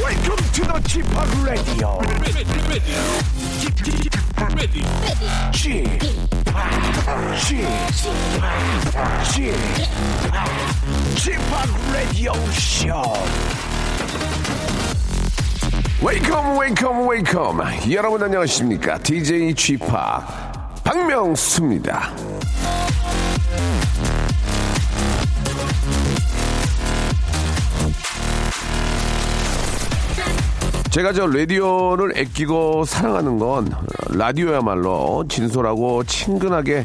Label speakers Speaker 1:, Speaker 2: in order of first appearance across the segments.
Speaker 1: Welcome to the Chip Radio. Chip Chip Radio Show.
Speaker 2: 웨이컴 웨이컴 웨이컴 여러분 안녕하십니까 DJ g p 파 박명수입니다 제가 저 라디오를 아끼고 사랑하는 건 라디오야말로 진솔하고 친근하게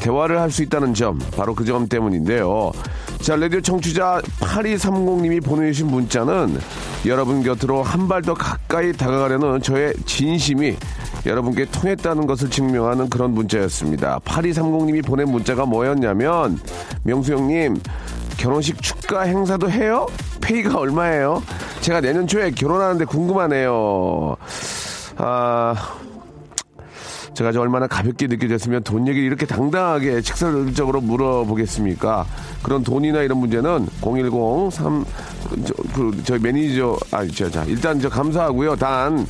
Speaker 2: 대화를 할 수 있다는 점 바로 그 점 때문인데요. 자 라디오 청취자 8230님이 보내주신 문자는 여러분 곁으로 한 발 더 가까이 다가가려는 저의 진심이 여러분께 통했다는 것을 증명하는 그런 문자였습니다. 8230님이 보낸 문자가 뭐였냐면 명수 형님 결혼식 축가 행사도 해요? 페이가 얼마예요? 제가 내년 초에 결혼하는데 궁금하네요. 아, 제가 저 얼마나 가볍게 느껴졌으면 돈 얘기를 이렇게 당당하게 직설적으로 물어보겠습니까? 그런 돈이나 이런 문제는 010-3, 저, 그, 저희 매니저, 아, 저, 자, 일단 저 감사하고요. 단,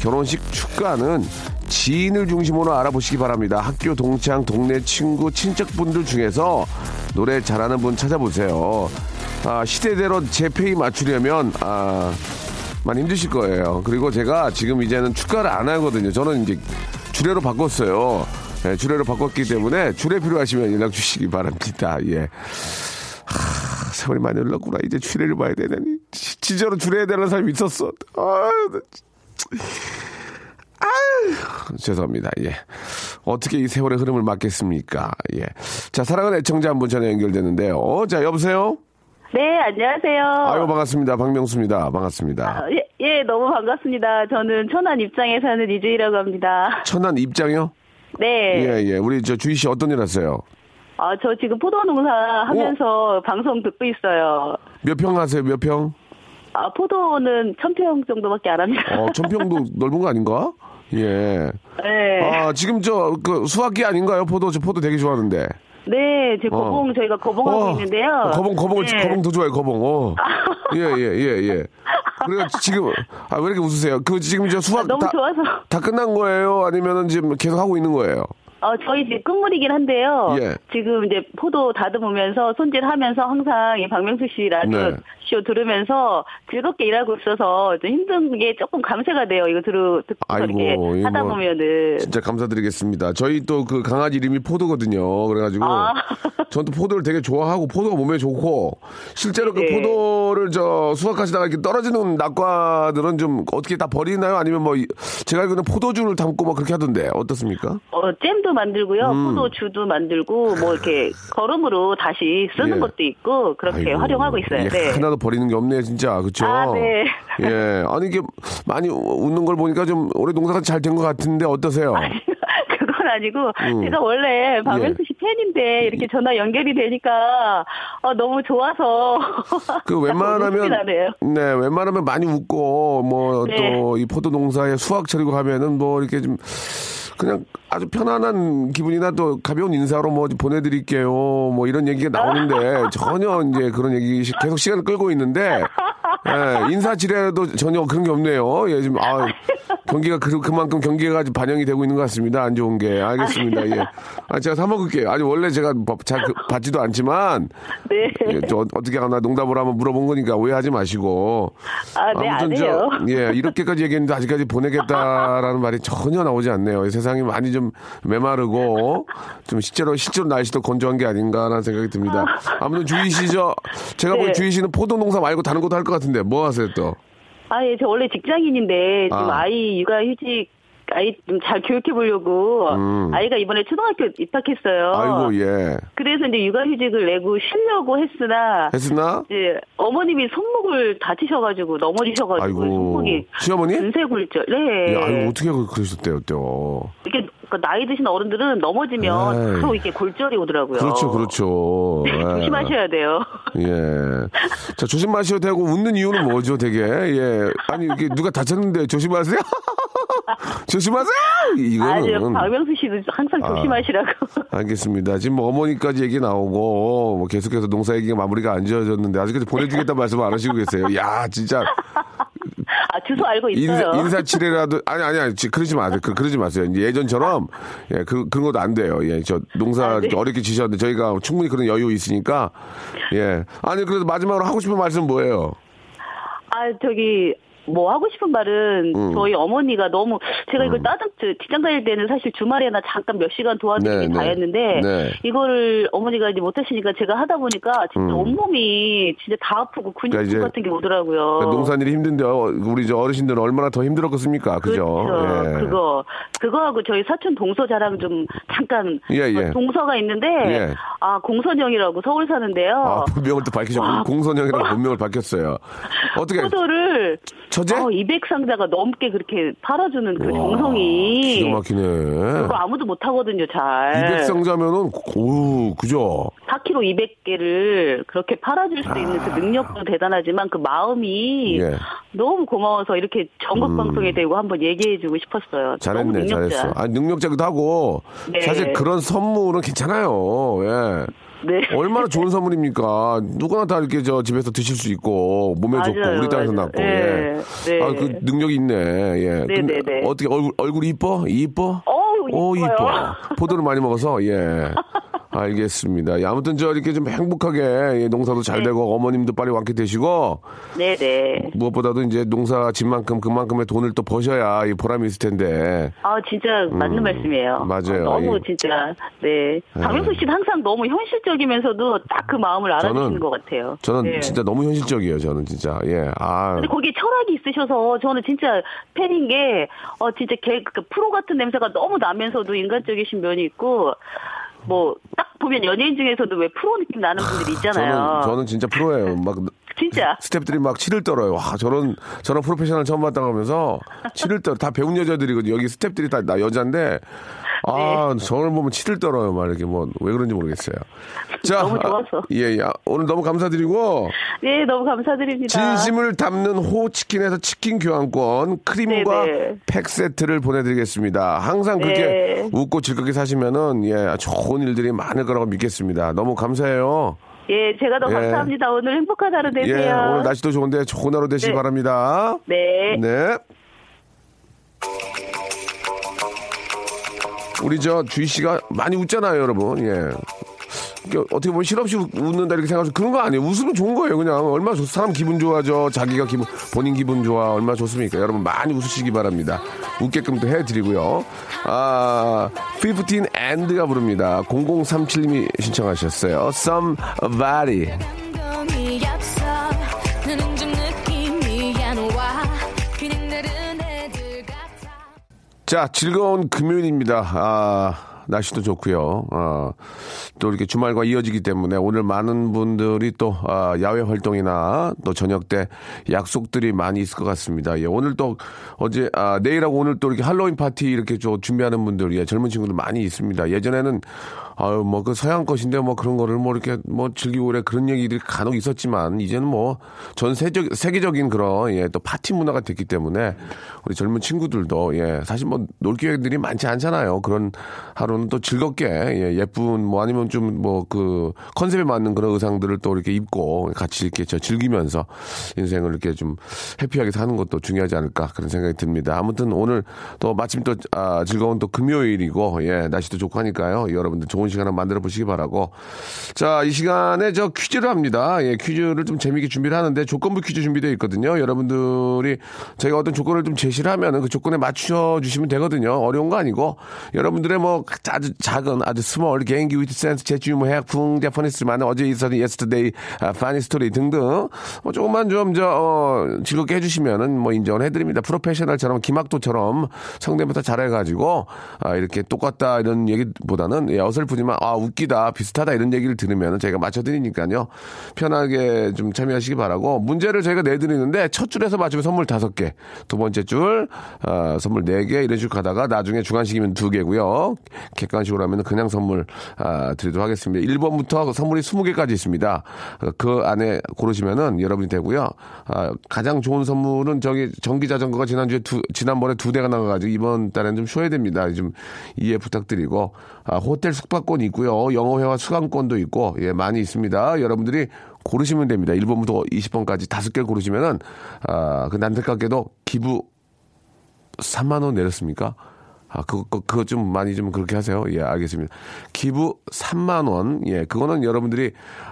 Speaker 2: 결혼식 축가는 지인을 중심으로 알아보시기 바랍니다. 학교 동창, 동네 친구, 친척분들 중에서 노래 잘하는 분 찾아보세요. 아, 시대대로 제 페이 맞추려면, 아, 많이 힘드실 거예요. 그리고 제가 지금 이제는 축가를 안 하거든요. 저는 이제 주례로 바꿨어요. 예, 주례로 바꿨기 때문에 주례 필요하시면 연락 주시기 바랍니다. 예. 하, 세월이 많이 흘렀구나. 이제 주례를 봐야 되다니. 지- 진짜로 주례해야 되는 사람이 있었어. 아유, 나 진- 죄송합니다. 예. 어떻게 이 세월의 흐름을 막겠습니까? 예. 자, 사랑하는 애청자 한 분 전화 연결됐는데요. 어, 자, 여보세요?
Speaker 3: 네, 안녕하세요.
Speaker 2: 아유, 반갑습니다. 박명수입니다. 반갑습니다.
Speaker 3: 어. 아, 예, 예, 너무 반갑습니다. 저는 천안 입장에 사는 이주희라고 합니다.
Speaker 2: 천안 입장이요?
Speaker 3: 네.
Speaker 2: 예, 예. 우리 저 주희 씨 어떤 일 하세요?
Speaker 3: 아, 저 지금 포도 농사 하면서 방송 듣고 있어요.
Speaker 2: 몇 평 하세요? 몇 평?
Speaker 3: 아, 포도는 천평 정도밖에 안 합니다.
Speaker 2: 어, 천평도 넓은 거 아닌가? 예.
Speaker 3: 네.
Speaker 2: 아, 지금 저, 그, 수확기 아닌가요? 포도, 저 포도 되게 좋아하는데.
Speaker 3: 네, 제 거봉, 저희가 거봉하고
Speaker 2: 어,
Speaker 3: 있는데요.
Speaker 2: 거봉, 거봉,
Speaker 3: 네.
Speaker 2: 거봉 더 좋아요, 거봉. 어. 예, 예, 예, 예. 그래가 지금, 아, 왜 이렇게 웃으세요? 그, 지금 저 수확.
Speaker 3: 아, 너무
Speaker 2: 다,
Speaker 3: 좋아서.
Speaker 2: 다 끝난 거예요? 아니면은 지금 계속 하고 있는 거예요?
Speaker 3: 어, 저희 집 끝물이긴 한데요.
Speaker 2: 예.
Speaker 3: 지금 이제 포도 다듬으면서 손질하면서 항상 이 박명수 씨 라디오
Speaker 2: 네.
Speaker 3: 쇼 들으면서 즐겁게 일하고 있어서 좀 힘든 게 조금 감세가 돼요. 이거 들으, 듣고
Speaker 2: 아이고,
Speaker 3: 이렇게
Speaker 2: 이거
Speaker 3: 하다
Speaker 2: 뭐
Speaker 3: 보면은.
Speaker 2: 진짜 감사드리겠습니다. 저희 또 그 강아지 이름이 포도거든요. 그래가지고
Speaker 3: 아.
Speaker 2: 전 또 포도를 되게 좋아하고 포도가 몸에 좋고 실제로 그
Speaker 3: 네.
Speaker 2: 포도를 저 수확하시다가 이렇게 떨어지는 낙과들은 좀 어떻게 다 버리나요? 아니면 뭐 이- 제가 알기로는 포도주를 담고 막 그렇게 하던데 어떻습니까?
Speaker 3: 어, 잼도 만들고요.
Speaker 2: 음.
Speaker 3: 포도주도 만들고, 뭐, 이렇게, 거름으로 다시 쓰는
Speaker 2: 예.
Speaker 3: 것도 있고, 그렇게
Speaker 2: 아이고,
Speaker 3: 활용하고 있어요.
Speaker 2: 예,
Speaker 3: 네.
Speaker 2: 하나도 버리는 게 없네 진짜 그렇죠.
Speaker 3: 아, 네.
Speaker 2: 예, 아니 이게 많이 웃는 걸 보니까 좀 올해 농사가 잘 된 것 같은데 어떠세요?
Speaker 3: 아, 그건 아니고
Speaker 2: 음.
Speaker 3: 제가 원래
Speaker 2: 예.
Speaker 3: 박명수 씨 팬인데 이렇게 전화 연결이 되니까 어, 너무 좋아서
Speaker 2: 그
Speaker 3: 웃음이
Speaker 2: 웬만하면
Speaker 3: 나네요.
Speaker 2: 네 웬만하면 많이 웃고 뭐 또
Speaker 3: 네.
Speaker 2: 이 포도 농사에 수확 차리고 가면은 뭐 이렇게 좀 그냥 아주 편안한 기분이나 또 가벼운 인사로 뭐 보내드릴게요 뭐 이런 얘기가 나오는데 전혀 이제 그런 얘기 시- 계속 시간을 끌고 있는데 예, 인사 지뢰도 전혀 그런 게 없네요 예 지금 아 경기가 그, 그만큼 경기가 아직 반영이 되고 있는 것 같습니다 안 좋은 게 알겠습니다 예아 제가 사 먹을게요 아니 원래 제가 바- 잘 그- 받지도 않지만
Speaker 3: 네.
Speaker 2: 예, 저 어- 어떻게 하나 농담으로 한번 물어본 거니까 오해하지 마시고.
Speaker 3: 아, 네, 안 해요.
Speaker 2: 예, 이렇게까지 얘기했는데 아직까지 보내겠다라는 말이 전혀 나오지 않네요. 이 세상이 많이 좀 메마르고 좀 실제로 실제로 날씨도 건조한 게 아닌가라는 생각이 듭니다. 아무튼 주희 씨죠. 제가 보기
Speaker 3: 네. 어.
Speaker 2: 주희 씨는 포도 농사 말고 다른 것도 할 것 같은데 뭐 하세요 또?
Speaker 3: 아, 예, 저 원래 직장인인데 지금
Speaker 2: 아.
Speaker 3: 아. 이 육아 휴직 아이 좀 잘 교육해 보려고 아이가 이번에 초등학교 입학했어요.
Speaker 2: 음. 아이고 예.
Speaker 3: 그래서 이제 육아휴직을 내고 쉬려고 했으나
Speaker 2: 했으나
Speaker 3: 이제 어머님이 손목을 다치셔가지고 넘어지셔가지고
Speaker 2: 아이고.
Speaker 3: 손목이
Speaker 2: 시어머니?
Speaker 3: 근세 굴절. 뭐, 네.
Speaker 2: 예, 아유 어떻게 그- 그러셨대요, 때요.
Speaker 3: 이렇게 그 나이 드신 어른들은 넘어지면
Speaker 2: 에이.
Speaker 3: 바로 이게 골절이 오더라고요.
Speaker 2: 네. 그렇죠, 그렇죠. 예.
Speaker 3: 네. 조심하셔야 돼요.
Speaker 2: 예. 자, 조심하셔야 되고 웃는 이유는 뭐죠, 되게? 예. 아니, 이게 누가 다쳤는데 조심하세요? 조심하세요!
Speaker 3: 아주
Speaker 2: 이거는 아.
Speaker 3: 박명수 씨는 항상 조심하시라고.
Speaker 2: 알겠습니다. 지금 뭐 어머니까지 얘기 나오고 뭐 계속해서 농사 얘기가 마무리가 안 지어졌는데 아직까지 보내주겠다 말씀 안 하시고 계세요. 야, 진짜
Speaker 3: 아 주소 알고
Speaker 2: 인사,
Speaker 3: 있어요.
Speaker 2: 인사치레라도 아니 아니 아니 지- 그러지 마세요. 그, 러지 마세요. 이제 예전처럼 예, 그 그런 것도 안 돼요. 예, 저 농사
Speaker 3: 아, 네.
Speaker 2: 어렵게 지셨는데 저희가 충분히 그런 여유 있으니까 예. 아니 그래도 마지막으로 하고 싶은 말씀 뭐예요?
Speaker 3: 아 저기 뭐 하고 싶은 말은
Speaker 2: 음.
Speaker 3: 저희 어머니가 너무 제가 이걸 따듬 저 직장 다닐 때는 사실 주말에나 잠깐 몇 시간 도와드리기
Speaker 2: 네,
Speaker 3: 다
Speaker 2: 네.
Speaker 3: 했는데
Speaker 2: 네.
Speaker 3: 이거를 어머니가 이제 못하시니까 제가 하다 보니까 진짜 온몸이 진짜 다 아프고 근육
Speaker 2: 음. 그러니까 이제
Speaker 3: 같은 게 오더라고요.
Speaker 2: 그러니까 농산일이 힘든데 어, 우리 저 어르신들은 얼마나 더 힘들었겠습니까? 그죠?
Speaker 3: 그렇죠.
Speaker 2: 예.
Speaker 3: 그거 그거하고 저희 사촌 동서 자랑 좀 잠깐 어,
Speaker 2: 예, 예.
Speaker 3: 동서가 있는데
Speaker 2: 예.
Speaker 3: 아 공선영이라고 서울 사는데요.
Speaker 2: 아, 본명을 또
Speaker 3: 어.
Speaker 2: 밝히셨고 공선형이라고 본명을 밝혔어요. 어떻게
Speaker 3: 포도를
Speaker 2: 처제?
Speaker 3: 어, 200상자가 넘게 그렇게 팔아주는 그
Speaker 2: 기가
Speaker 3: 정성이
Speaker 2: 막히네.
Speaker 3: 그거 아, 예. 아무도 못 하거든요 잘
Speaker 2: 200상자면은 오, 그죠?
Speaker 3: 4kg 200개를 그렇게 팔아줄 수 있는 그 능력도 대단하지만 그 마음이
Speaker 2: 예. 음.
Speaker 3: 너무 고마워서 이렇게 전국 방송에 대고 한번 얘기해주고 싶었어요 너무
Speaker 2: 잘했네,
Speaker 3: 능력자.
Speaker 2: 잘했어. 아, 능력자기도 하고
Speaker 3: 네.
Speaker 2: 사실 그런 선물은 괜찮아요. 예.
Speaker 3: 네.
Speaker 2: 얼마나 좋은 선물입니까? 누구나 다 이렇게 저 집에서 드실 수 있고 몸에 좋고
Speaker 3: 맞아요,
Speaker 2: 우리 땅에서
Speaker 3: 맞아요.
Speaker 2: 낳고.
Speaker 3: 네,
Speaker 2: 예.
Speaker 3: 네.
Speaker 2: 아, 그 능력이 있네. 예.
Speaker 3: 네,
Speaker 2: 근데
Speaker 3: 네, 네.
Speaker 2: 어떻게 얼굴 얼굴이 이뻐? 이뻐?
Speaker 3: 어우,
Speaker 2: 오,
Speaker 3: 이뻐요.
Speaker 2: 이뻐. 포도를 많이 먹어서 예. 알겠습니다. 예, 아무튼 저 이렇게 좀 행복하게 예, 농사도
Speaker 3: 네.
Speaker 2: 잘 되고 어머님도 빨리 완쾌되시고
Speaker 3: 네네
Speaker 2: 무엇보다도 이제 농사 진만큼 그만큼의 돈을 또 버셔야 이 보람이 있을 텐데
Speaker 3: 아 진짜 맞는 말씀이에요.
Speaker 2: 음, 맞아요.
Speaker 3: 너무
Speaker 2: 예.
Speaker 3: 진짜 네 박명수 씨는 항상 너무 현실적이면서도 딱 그 마음을 알아주시는 것 같아요.
Speaker 2: 저는
Speaker 3: 네.
Speaker 2: 진짜 너무 현실적이에요. 저는 진짜 예. 아
Speaker 3: 근데 거기에 철학이 있으셔서 저는 진짜 팬인 게, 어, 진짜 개, 그 프로 같은 냄새가 너무 나면서도 인간적이신 면이 있고, 뭐, 딱 보면 연예인 중에서도 왜 프로 느낌 나는 분들이 있잖아요.
Speaker 2: 저는 저는 진짜 프로예요. 막
Speaker 3: 진짜.
Speaker 2: 스태프들이 막 치를 떨어요. 와 저런 저런 프로페셔널 처음 봤다 하면서 치를 떨어. 다 배운 여자들이거든요. 여기 스태프들이 다 나 여자인데 아
Speaker 3: 네.
Speaker 2: 저를 보면 치를 떨어요. 막 이렇게 뭐 왜 그런지 모르겠어요. 자
Speaker 3: 너무 좋아서.
Speaker 2: 아, 예, 예. 아, 오늘 너무 감사드리고
Speaker 3: 네, 너무 감사드립니다.
Speaker 2: 진심을 담는 호치킨에서 치킨 교환권 크림과
Speaker 3: 네네.
Speaker 2: 팩 세트를 보내드리겠습니다. 항상 그렇게
Speaker 3: 네.
Speaker 2: 웃고 즐겁게 사시면은 예 좋은 일들이 많을 거라고 믿겠습니다. 너무 감사해요.
Speaker 3: 예, 제가 더
Speaker 2: 예.
Speaker 3: 감사합니다. 오늘 행복한 하루 되세요.
Speaker 2: 예 오늘 날씨도 좋은데 좋은 하루 되시기
Speaker 3: 네.
Speaker 2: 바랍니다.
Speaker 3: 네.
Speaker 2: 네. 우리 저 주희 씨가 많이 웃잖아요, 여러분. 예. 이게 어떻게 보면 실없이 웃- 웃는다 이렇게 생각하죠. 그런 거 아니에요. 웃으면 좋은 거예요. 그냥 얼마나 좋, 사람 기분 좋아져. 자기가 기분, 본인 기분 좋아. 얼마나 좋습니까? 여러분 많이 웃으시기 바랍니다. 웃게끔 또 해드리고요. 아, 15 and가 부릅니다. 0037님이 신청하셨어요. Somebody.
Speaker 4: 감동이 없어 나는 좀 느낌이 안 와. 그냥 다른 애들 같아.
Speaker 2: 자, 즐거운 금요일입니다. 아, 날씨도 좋고요. 아, 또 이렇게 주말과 이어지기 때문에 오늘 많은 분들이 또 아, 야외 활동이나 또 저녁 때 약속들이 많이 있을 것 같습니다. 예, 오늘 또 어제 아, 내일하고 오늘 또 이렇게 할로윈 파티 이렇게 저 준비하는 분들, 예, 젊은 친구들 많이 있습니다. 예전에는 아유, 뭐 그 서양 것인데 뭐 그런 거를 뭐 이렇게 뭐 즐기고 그래 그런 얘기들이 간혹 있었지만 이제는 뭐 전 세적, 세계적인 그런 예, 또 파티 문화가 됐기 때문에 우리 젊은 친구들도 예, 사실 뭐 놀 기회들이 많지 않잖아요. 그런 하루는 또 즐겁게 예, 쁜뭐 아니면 좀 뭐 그 컨셉에 맞는 그런 의상들을 또 이렇게 입고 같이 이렇게 저 즐기면서 인생을 이렇게 좀 해피하게 사는 것도 중요하지 않을까 그런 생각이 듭니다. 아무튼 오늘 또 마침 또 아, 즐거운 또 금요일이고 예, 날씨도 좋고 하니까요. 여러분들 좋은 좋은 시간 을 만들어 보시기 바라고. 자, 이 시간에 저 퀴즈를 합니다. 예, 퀴즈를 좀 재미있게 준비를 하는데 조건부 퀴즈 준비되어 있거든요. 여러분들이 저희가 어떤 조건을 좀 제시를 하면은 그 조건에 맞춰 주시면 되거든요. 어려운 거 아니고 여러분들의 뭐 아주 작은 아주 스몰 개인기 위트 센스 제주 뭐 해학풍 자파니스 많은 어제 있었던 예스터데이 아, 파니 스토리 등등 뭐 조금만 좀저 어, 즐겁게 해주시면은 뭐 인정을 해드립니다. 프로페셔널처럼 김학도처럼 성대부터 잘해가지고 아, 이렇게 똑같다 이런 얘기보다는 예, 어설프지만 아 웃기다 비슷하다 이런 얘기를 들으면 저희가 맞춰드리니까요 편하게 좀 참여하시기 바라고 문제를 저희가 내드리는데 첫 줄에서 맞추면 선물 다섯 개, 두 번째 줄 아, 선물 네 개 이런 식으로 가다가 나중에 주간식이면 두 개고요 객관식으로 하면 그냥 선물 아, 드리도록 하겠습니다. 1번부터 그 선물이 20개까지 있습니다. 그 안에 고르시면은 여러분이 되고요. 아, 가장 좋은 선물은 저기 전기 자전거가 지난주에 두, 지난번에 두 대가 나가가지고 이번 달에는 좀 쉬어야 됩니다. 좀 이해 부탁드리고 아, 호텔 숙박권 있고요. 영어회화 수강권도 있고 예, 많이 있습니다. 여러분들이 고르시면 됩니다. 1번부터 20번까지 다섯 개를 고르시면은 아, 그 남들깎게도 기부 3만 원 내렸습니까? 아, 그거, 그거, 그거 좀 많이 좀 그렇게 하세요. 예, 알겠습니다. 기부 3만원. 예, 그거는 여러분들이,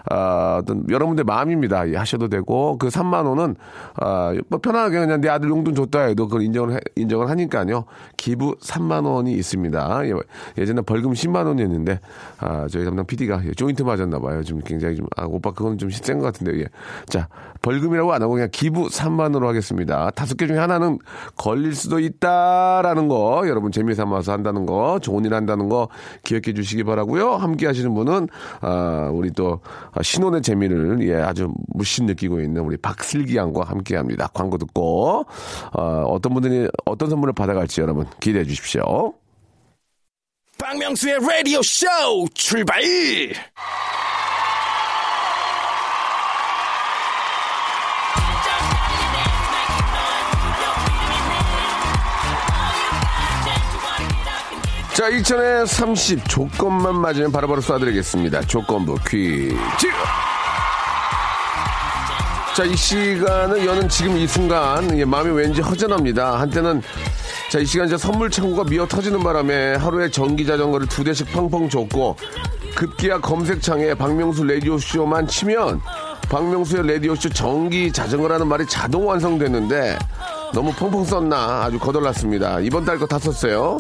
Speaker 2: 아, 어떤, 여러분들 마음입니다. 예, 하셔도 되고, 그 3만원은, 아, 뭐 편하게 그냥 내 아들 용돈 줬다 해도 그걸 인정을, 해- 인정을 하니까요. 기부 3만원이 있습니다. 예, 예전에 벌금 10만원이었는데, 아, 저희 담당 PD가 조인트 맞았나봐요. 지금 굉장히 좀, 아, 오빠 그건 좀 센 것 같은데, 예. 자, 벌금이라고 안 하고 그냥 기부 3만으로 하겠습니다. 다섯 개 중에 하나는 걸릴 수도 있다라는 거, 여러분 재미 삼아서 한다는 거, 좋은 일 한다는 거 기억해 주시기 바라고요 함께 하시는 분은, 아, 우리 또, 아, 신혼의 재미를, 예, 아주 무신 느끼고 있는 우리 박슬기 양과 함께 합니다. 광고 듣고, 어, 어떤 분들이 어떤 선물을 받아갈지 여러분 기대해 주십시오.
Speaker 1: 박명수의 라디오 쇼 출발!
Speaker 2: 자, 1천에 30 조건만 맞으면 바로바로 쏴드리겠습니다. 조건부 퀴즈! 자, 이 시간을 여는 지금 이 순간, 예, 마음이 왠지 허전합니다. 한때는, 자, 이 시간 이제 선물 창고가 미어 터지는 바람에 하루에 전기 자전거를 두 대씩 펑펑 줬고, 급기야 검색창에 박명수 라디오쇼만 치면, 박명수의 라디오쇼 전기 자전거라는 말이 자동 완성됐는데, 너무 펑펑 썼나 아주 거덜났습니다. 이번 달 거 다 썼어요.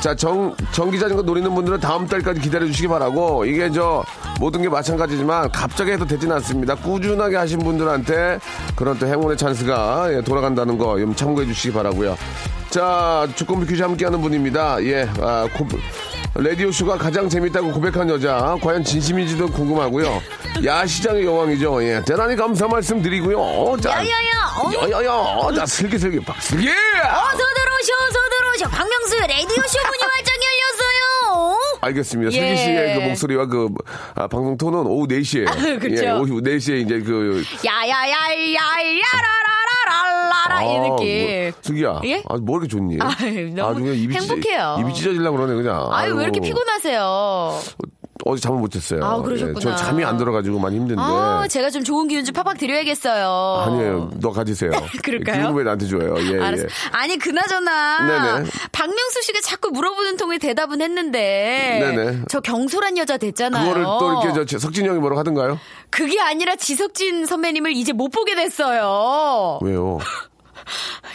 Speaker 2: 자, 정, 전기 자전거 노리는 분들은 다음 달까지 기다려 주시기 바라고 이게 저 모든 게 마찬가지지만 갑자기 해도 되진 않습니다. 꾸준하게 하신 분들한테 그런 또 행운의 찬스가 예, 돌아간다는 거 좀 참고해 주시기 바라고요. 자, 주권비 퀴즈 함께하는 분입니다. 예, 아, 고, 라디오쇼가 가장 재밌다고 고백한 여자 과연 진심인지도 궁금하고요. 야시장의 여왕이죠. 예, 대단히 감사 말씀 드리고요. 어, 자,
Speaker 5: 야야야, 어? 예! 아,
Speaker 2: 야야야, 어, 나 슬기 슬기 박슬기.
Speaker 5: 어서 들어오셔, 어서 들어오셔. 박명수 라디오쇼 문이 활짝 열렸어요.
Speaker 2: 알겠습니다.
Speaker 5: 예.
Speaker 2: 슬기 씨의 그 목소리와 그 아, 방송 톤은 오후 4시에
Speaker 5: 아, 그쵸.
Speaker 2: 예, 오후 4시에 이제 그
Speaker 5: 야야야야야라라라라라라 이
Speaker 2: 뭐,
Speaker 5: 느낌.
Speaker 2: 슬기야.
Speaker 5: 예?
Speaker 2: 아, 뭐 이렇게 좋니?
Speaker 5: 아, 너무
Speaker 2: 나중에 입이 찢-
Speaker 5: 행복해요.
Speaker 2: 입이 찢어지려고 그러네 그냥.
Speaker 5: 아유 왜 이렇게
Speaker 2: 아이고.
Speaker 5: 피곤하세요?
Speaker 2: 네. 어제 잠을 못 잤어요. 예,
Speaker 5: 아, 그러셨구나.
Speaker 2: 저 잠이 안 들어가지고 많이 힘든데.
Speaker 5: 아 제가 좀 좋은 기운 좀 팍팍 드려야겠어요.
Speaker 2: 아니에요. 너 가지세요.
Speaker 5: 그럴까요?
Speaker 2: 기운 왜 나한테 줘요? 예,
Speaker 5: 알았어.
Speaker 2: 예.
Speaker 5: 아니 그나저나
Speaker 2: 네네.
Speaker 5: 박명수 씨가 자꾸 물어보는 통에 대답은 했는데
Speaker 2: 네네.
Speaker 5: 저 경솔한 여자 됐잖아요.
Speaker 2: 그거를 또
Speaker 5: 어.
Speaker 2: 이렇게 저 석진이 형이 뭐라고 하던가요?
Speaker 5: 그게 아니라 지석진 선배님을 이제 못 보게 됐어요.
Speaker 2: 왜요?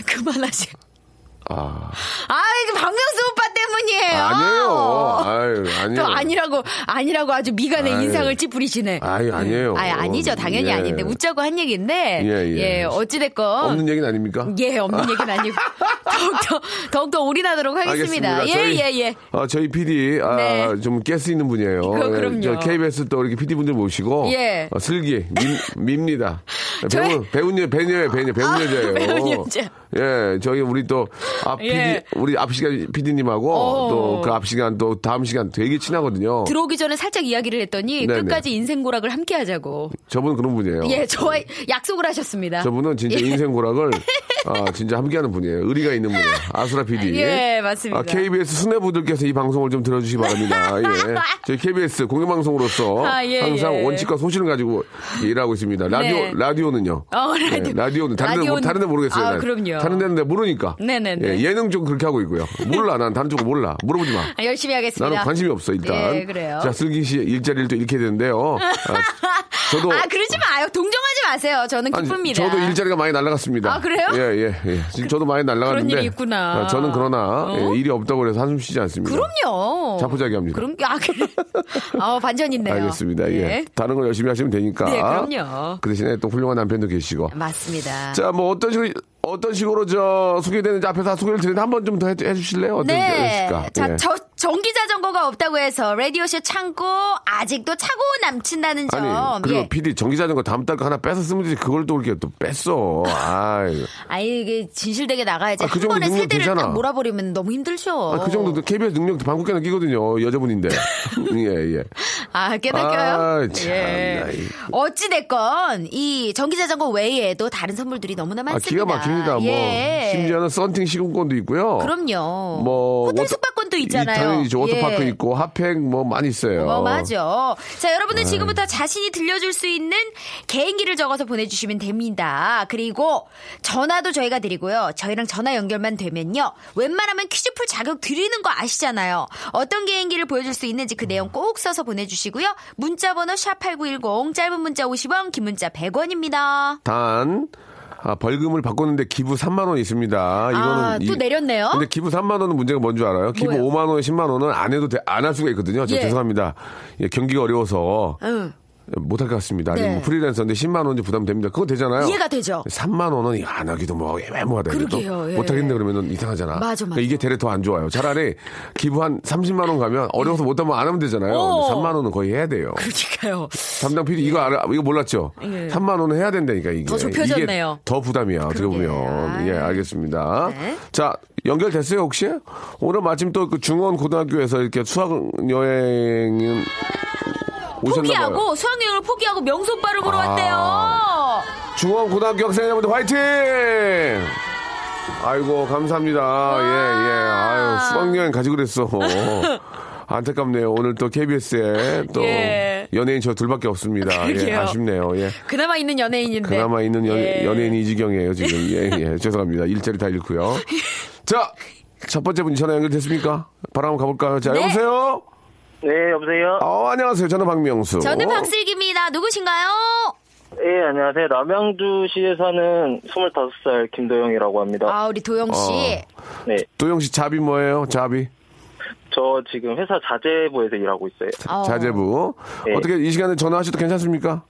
Speaker 5: 그만하세요.
Speaker 2: 아,
Speaker 5: 아, 이거 박명수 오빠 때문이에요.
Speaker 2: 아니에요. 아유, 아니에요.
Speaker 5: 아. 또 아니라고 아니라고 아주 미간에
Speaker 2: 아유.
Speaker 5: 인상을 찌푸리시네.
Speaker 2: 아유, 아니에요.
Speaker 5: 아, 아니죠. 당연히
Speaker 2: 예.
Speaker 5: 아닌데 웃자고 한 얘기인데.
Speaker 2: 예, 예.
Speaker 5: 어찌 됐건
Speaker 2: 없는 얘기는 아닙니까?
Speaker 5: 예, 없는 얘기는 아니고 더욱더 더욱더 올인하도록 하겠습니다. 예,
Speaker 2: 저희,
Speaker 5: 예, 예.
Speaker 2: 어, 저희 PD 아,
Speaker 5: 네.
Speaker 2: 좀 깰 수 있는 분이에요.
Speaker 5: 그럼,
Speaker 2: 예,
Speaker 5: 그럼요.
Speaker 2: 저 KBS 또 이렇게 PD 분들 모시고
Speaker 5: 예.
Speaker 2: 어, 슬기 밉, 밉니다.
Speaker 5: 저희-
Speaker 2: 배우 배우녀 배녀예요 배녀
Speaker 5: 아,
Speaker 2: 배우녀예요.
Speaker 5: 배운 여자.
Speaker 2: 예, 저희 우리 또앞 PD
Speaker 5: 예.
Speaker 2: 우리 앞 시간 PD님하고
Speaker 5: 어.
Speaker 2: 또 그 앞 시간 또 다음 시간 되게 친하거든요.
Speaker 5: 들어오기 전에 살짝 이야기를 했더니
Speaker 2: 네네. 어.
Speaker 5: 끝까지 인생 고락을 함께 하자고.
Speaker 2: 저분은 그런 분이에요.
Speaker 5: 예, 저와 약속을 하셨습니다.
Speaker 2: 저분은 진짜
Speaker 5: 예.
Speaker 2: 인생 고락을 아, 진짜 함께하는 분이에요. 의리가 있는 분이에요. 아수라 PD.
Speaker 6: 예, 맞습니다.
Speaker 2: 아, KBS 수뇌부들께서 이 방송을 좀 들어주시기 바랍니다. 예. 저희 KBS 공영방송으로서
Speaker 6: 아, 예,
Speaker 2: 항상
Speaker 6: 예.
Speaker 2: 원칙과 소신을 가지고 일하고 있습니다. 라디오,
Speaker 6: 네.
Speaker 2: 라디오는요?
Speaker 6: 어,
Speaker 2: 예,
Speaker 6: 라디오.
Speaker 2: 라디오는 다른 데,
Speaker 6: 라디오는-
Speaker 2: 다른 데 모르겠어요.
Speaker 6: 아,
Speaker 2: 난.
Speaker 6: 그럼요.
Speaker 2: 다른 데는 내가 모르니까.
Speaker 6: 네네네.
Speaker 2: 예, 예능 좀 그렇게 하고 있고요. 몰라. 난 다른 쪽 몰라. 물어보지 마.
Speaker 6: 아, 열심히 하겠습니다.
Speaker 2: 나는 관심이 없어 일단.
Speaker 6: 예, 그래요.
Speaker 2: 자 슬기 씨 일자리를 또 잃게 되는데요. 아, 저도
Speaker 6: 아, 그러지 마요. 동정하지 마세요. 저는
Speaker 2: 아니,
Speaker 6: 기쁩니다.
Speaker 2: 저도 일자리가 많이 날라갔습니다.
Speaker 6: 아, 그래요?
Speaker 2: 예, 예, 예. 지금 저도 많이 날라갔는데.
Speaker 6: 그런 일이 있구나.
Speaker 2: 아, 저는 그러나
Speaker 6: 어?
Speaker 2: 예, 일이 없다고 해서 한숨 쉬지 않습니다.
Speaker 6: 그럼요.
Speaker 2: 자포자기합니다.
Speaker 6: 그럼 아, 그래. 아, 반전 있네요.
Speaker 2: 알겠습니다. 예.
Speaker 6: 예.
Speaker 2: 다른 걸 열심히 하시면 되니까.
Speaker 6: 네, 그럼요. 음.
Speaker 2: 그 대신에 또 훌륭한 남편도 계시고.
Speaker 6: 맞습니다.
Speaker 2: 자, 뭐 어떤 식으로 어떤 식으로 저 소개되는지 앞에서 소개를 드리는데 한 번 좀 더 해주실래요? 어떤
Speaker 6: 네.
Speaker 2: 식일까?
Speaker 6: 자,
Speaker 2: 예.
Speaker 6: 저, 전기 자전거가 없다고 해서 라디오쇼 창고 아직도 차고 남친다는 점.
Speaker 2: 아니 그리고
Speaker 6: 예.
Speaker 2: PD 전기 자전거 다음 달 거 하나 뺏어 쓰면 되지 그걸 또 이렇게 또 뺐어. 아이.
Speaker 6: 아 이게 진실되게 나가야지.
Speaker 2: 아, 그
Speaker 6: 한
Speaker 2: 정도
Speaker 6: 번에
Speaker 2: 능력
Speaker 6: 세대를
Speaker 2: 되잖아.
Speaker 6: 딱 몰아버리면 너무 힘들죠.
Speaker 2: 아, 그 정도 KBS 능력 방국계나 끼거든요. 여자분인데. 예, 예.
Speaker 6: 아, 깨닫겨요? 예.
Speaker 2: 아, 참, 나 이-
Speaker 6: 어찌됐건, 이 전기자전거 외에도 다른 선물들이 너무나
Speaker 2: 아,
Speaker 6: 많습니다.
Speaker 2: 기가 막힙니다.
Speaker 6: 예.
Speaker 2: 뭐 심지어는 썬팅 시공권도 있고요.
Speaker 6: 그럼요.
Speaker 2: 뭐
Speaker 6: 호텔
Speaker 2: 워터-
Speaker 6: 숙박권도 있잖아요.
Speaker 2: 이, 당연히죠. 워터파크
Speaker 6: 예.
Speaker 2: 있고 핫팩 뭐 많이 있어요.
Speaker 6: 어, 맞아. 자, 여러분들 지금부터 자신이 들려줄 수 있는 개인기를 적어서 보내주시면 됩니다. 그리고 전화도 저희가 드리고요. 저희랑 전화 연결만 되면요. 웬만하면 퀴즈 풀 자격 드리는 거 아시잖아요. 어떤 개인기를 보여줄 수 있는지 그 내용 꼭 써서 보내주시고요. 문자번호 샵8910, 짧은 문자 50원, 긴 문자 100원입니다.
Speaker 2: 단 아, 벌금을 바꿨는데 기부 3만 원 있습니다. 이거는
Speaker 6: 아, 또 내렸네요?
Speaker 2: 근데 기부 3만 원은 문제가 뭔 줄 알아요? 기부
Speaker 6: 뭐예요?
Speaker 2: 5만 원, 10만 원은 안 해도 안 할 수가 있거든요. 저
Speaker 6: 예.
Speaker 2: 죄송합니다. 예, 경기가 어려워서
Speaker 6: 응.
Speaker 2: 못할 것 같습니다. 아니면
Speaker 6: 네.
Speaker 2: 뭐 프리랜서인데 10만 원이 부담됩니다. 그거 되잖아요.
Speaker 6: 이해가 되죠?
Speaker 2: 3만 원은 안 하기도 뭐 애매모하다.
Speaker 6: 그러게요, 예.
Speaker 2: 못하겠네 그러면 이상하잖아. 그러니까
Speaker 6: 맞아, 맞아.
Speaker 2: 이게 되레 더 안 좋아요. 차라리 기부 한 30만 원 가면 어려워서 못하면 안 하면 되잖아요.
Speaker 6: 예. 어.
Speaker 2: 근데 3만 원은 거의 해야 돼요.
Speaker 6: 그러니까요. 예.
Speaker 2: 담당 PD 이거 알아, 이거 몰랐죠? 3만 원은 해야 된다니까 이게.
Speaker 6: 더 좁혀졌네요.
Speaker 2: 이게 더 부담이야 어떻게
Speaker 6: 그러게요.
Speaker 2: 보면. 예
Speaker 6: 아유.
Speaker 2: 알겠습니다.
Speaker 6: 네.
Speaker 2: 자 연결됐어요 혹시? 오늘 마침 또 그 중원 고등학교에서 이렇게 수학 여행은 오셨나봐요.
Speaker 6: 포기하고, 수학여행을 포기하고 명소 오빠를 보러
Speaker 2: 아.
Speaker 6: 왔대요.
Speaker 2: 중원 고등학교 학생 여러분들 화이팅! 아이고 감사합니다. 예예. 아유 수학여행 가지 그랬어. 안타깝네요. 오늘 또 KBS에 또
Speaker 6: 예.
Speaker 2: 연예인 저 둘밖에 없습니다. 예,
Speaker 6: 그러게요.
Speaker 2: 아쉽네요. 예.
Speaker 6: 그나마 있는 연예인인데.
Speaker 2: 그나마 뭐? 있는 연,
Speaker 6: 예.
Speaker 2: 예인이 지경이에요 지금. 예, 예. 죄송합니다. 일자리 다 잃고요. 자, 첫 번째 분 전화 연결됐습니까? 바로 한번 가볼까요? 자,
Speaker 6: 네.
Speaker 2: 여보세요.
Speaker 7: 네, 여보세요?
Speaker 2: 어, 안녕하세요. 저는 박명수.
Speaker 6: 저는 박슬기입니다. 누구신가요?
Speaker 7: 예, 안녕하세요. 남양주시에 사는 25살 김도영이라고 합니다.
Speaker 6: 아, 우리 도영 씨.
Speaker 2: 어.
Speaker 7: 네,
Speaker 2: 도영 씨 잡이 뭐예요? 잡이
Speaker 7: 저 지금 회사 자제부에서 일하고 있어요.
Speaker 6: 어.
Speaker 2: 자제부.
Speaker 7: 네.
Speaker 2: 어떻게 이 시간에 전화하셔도 괜찮습니까?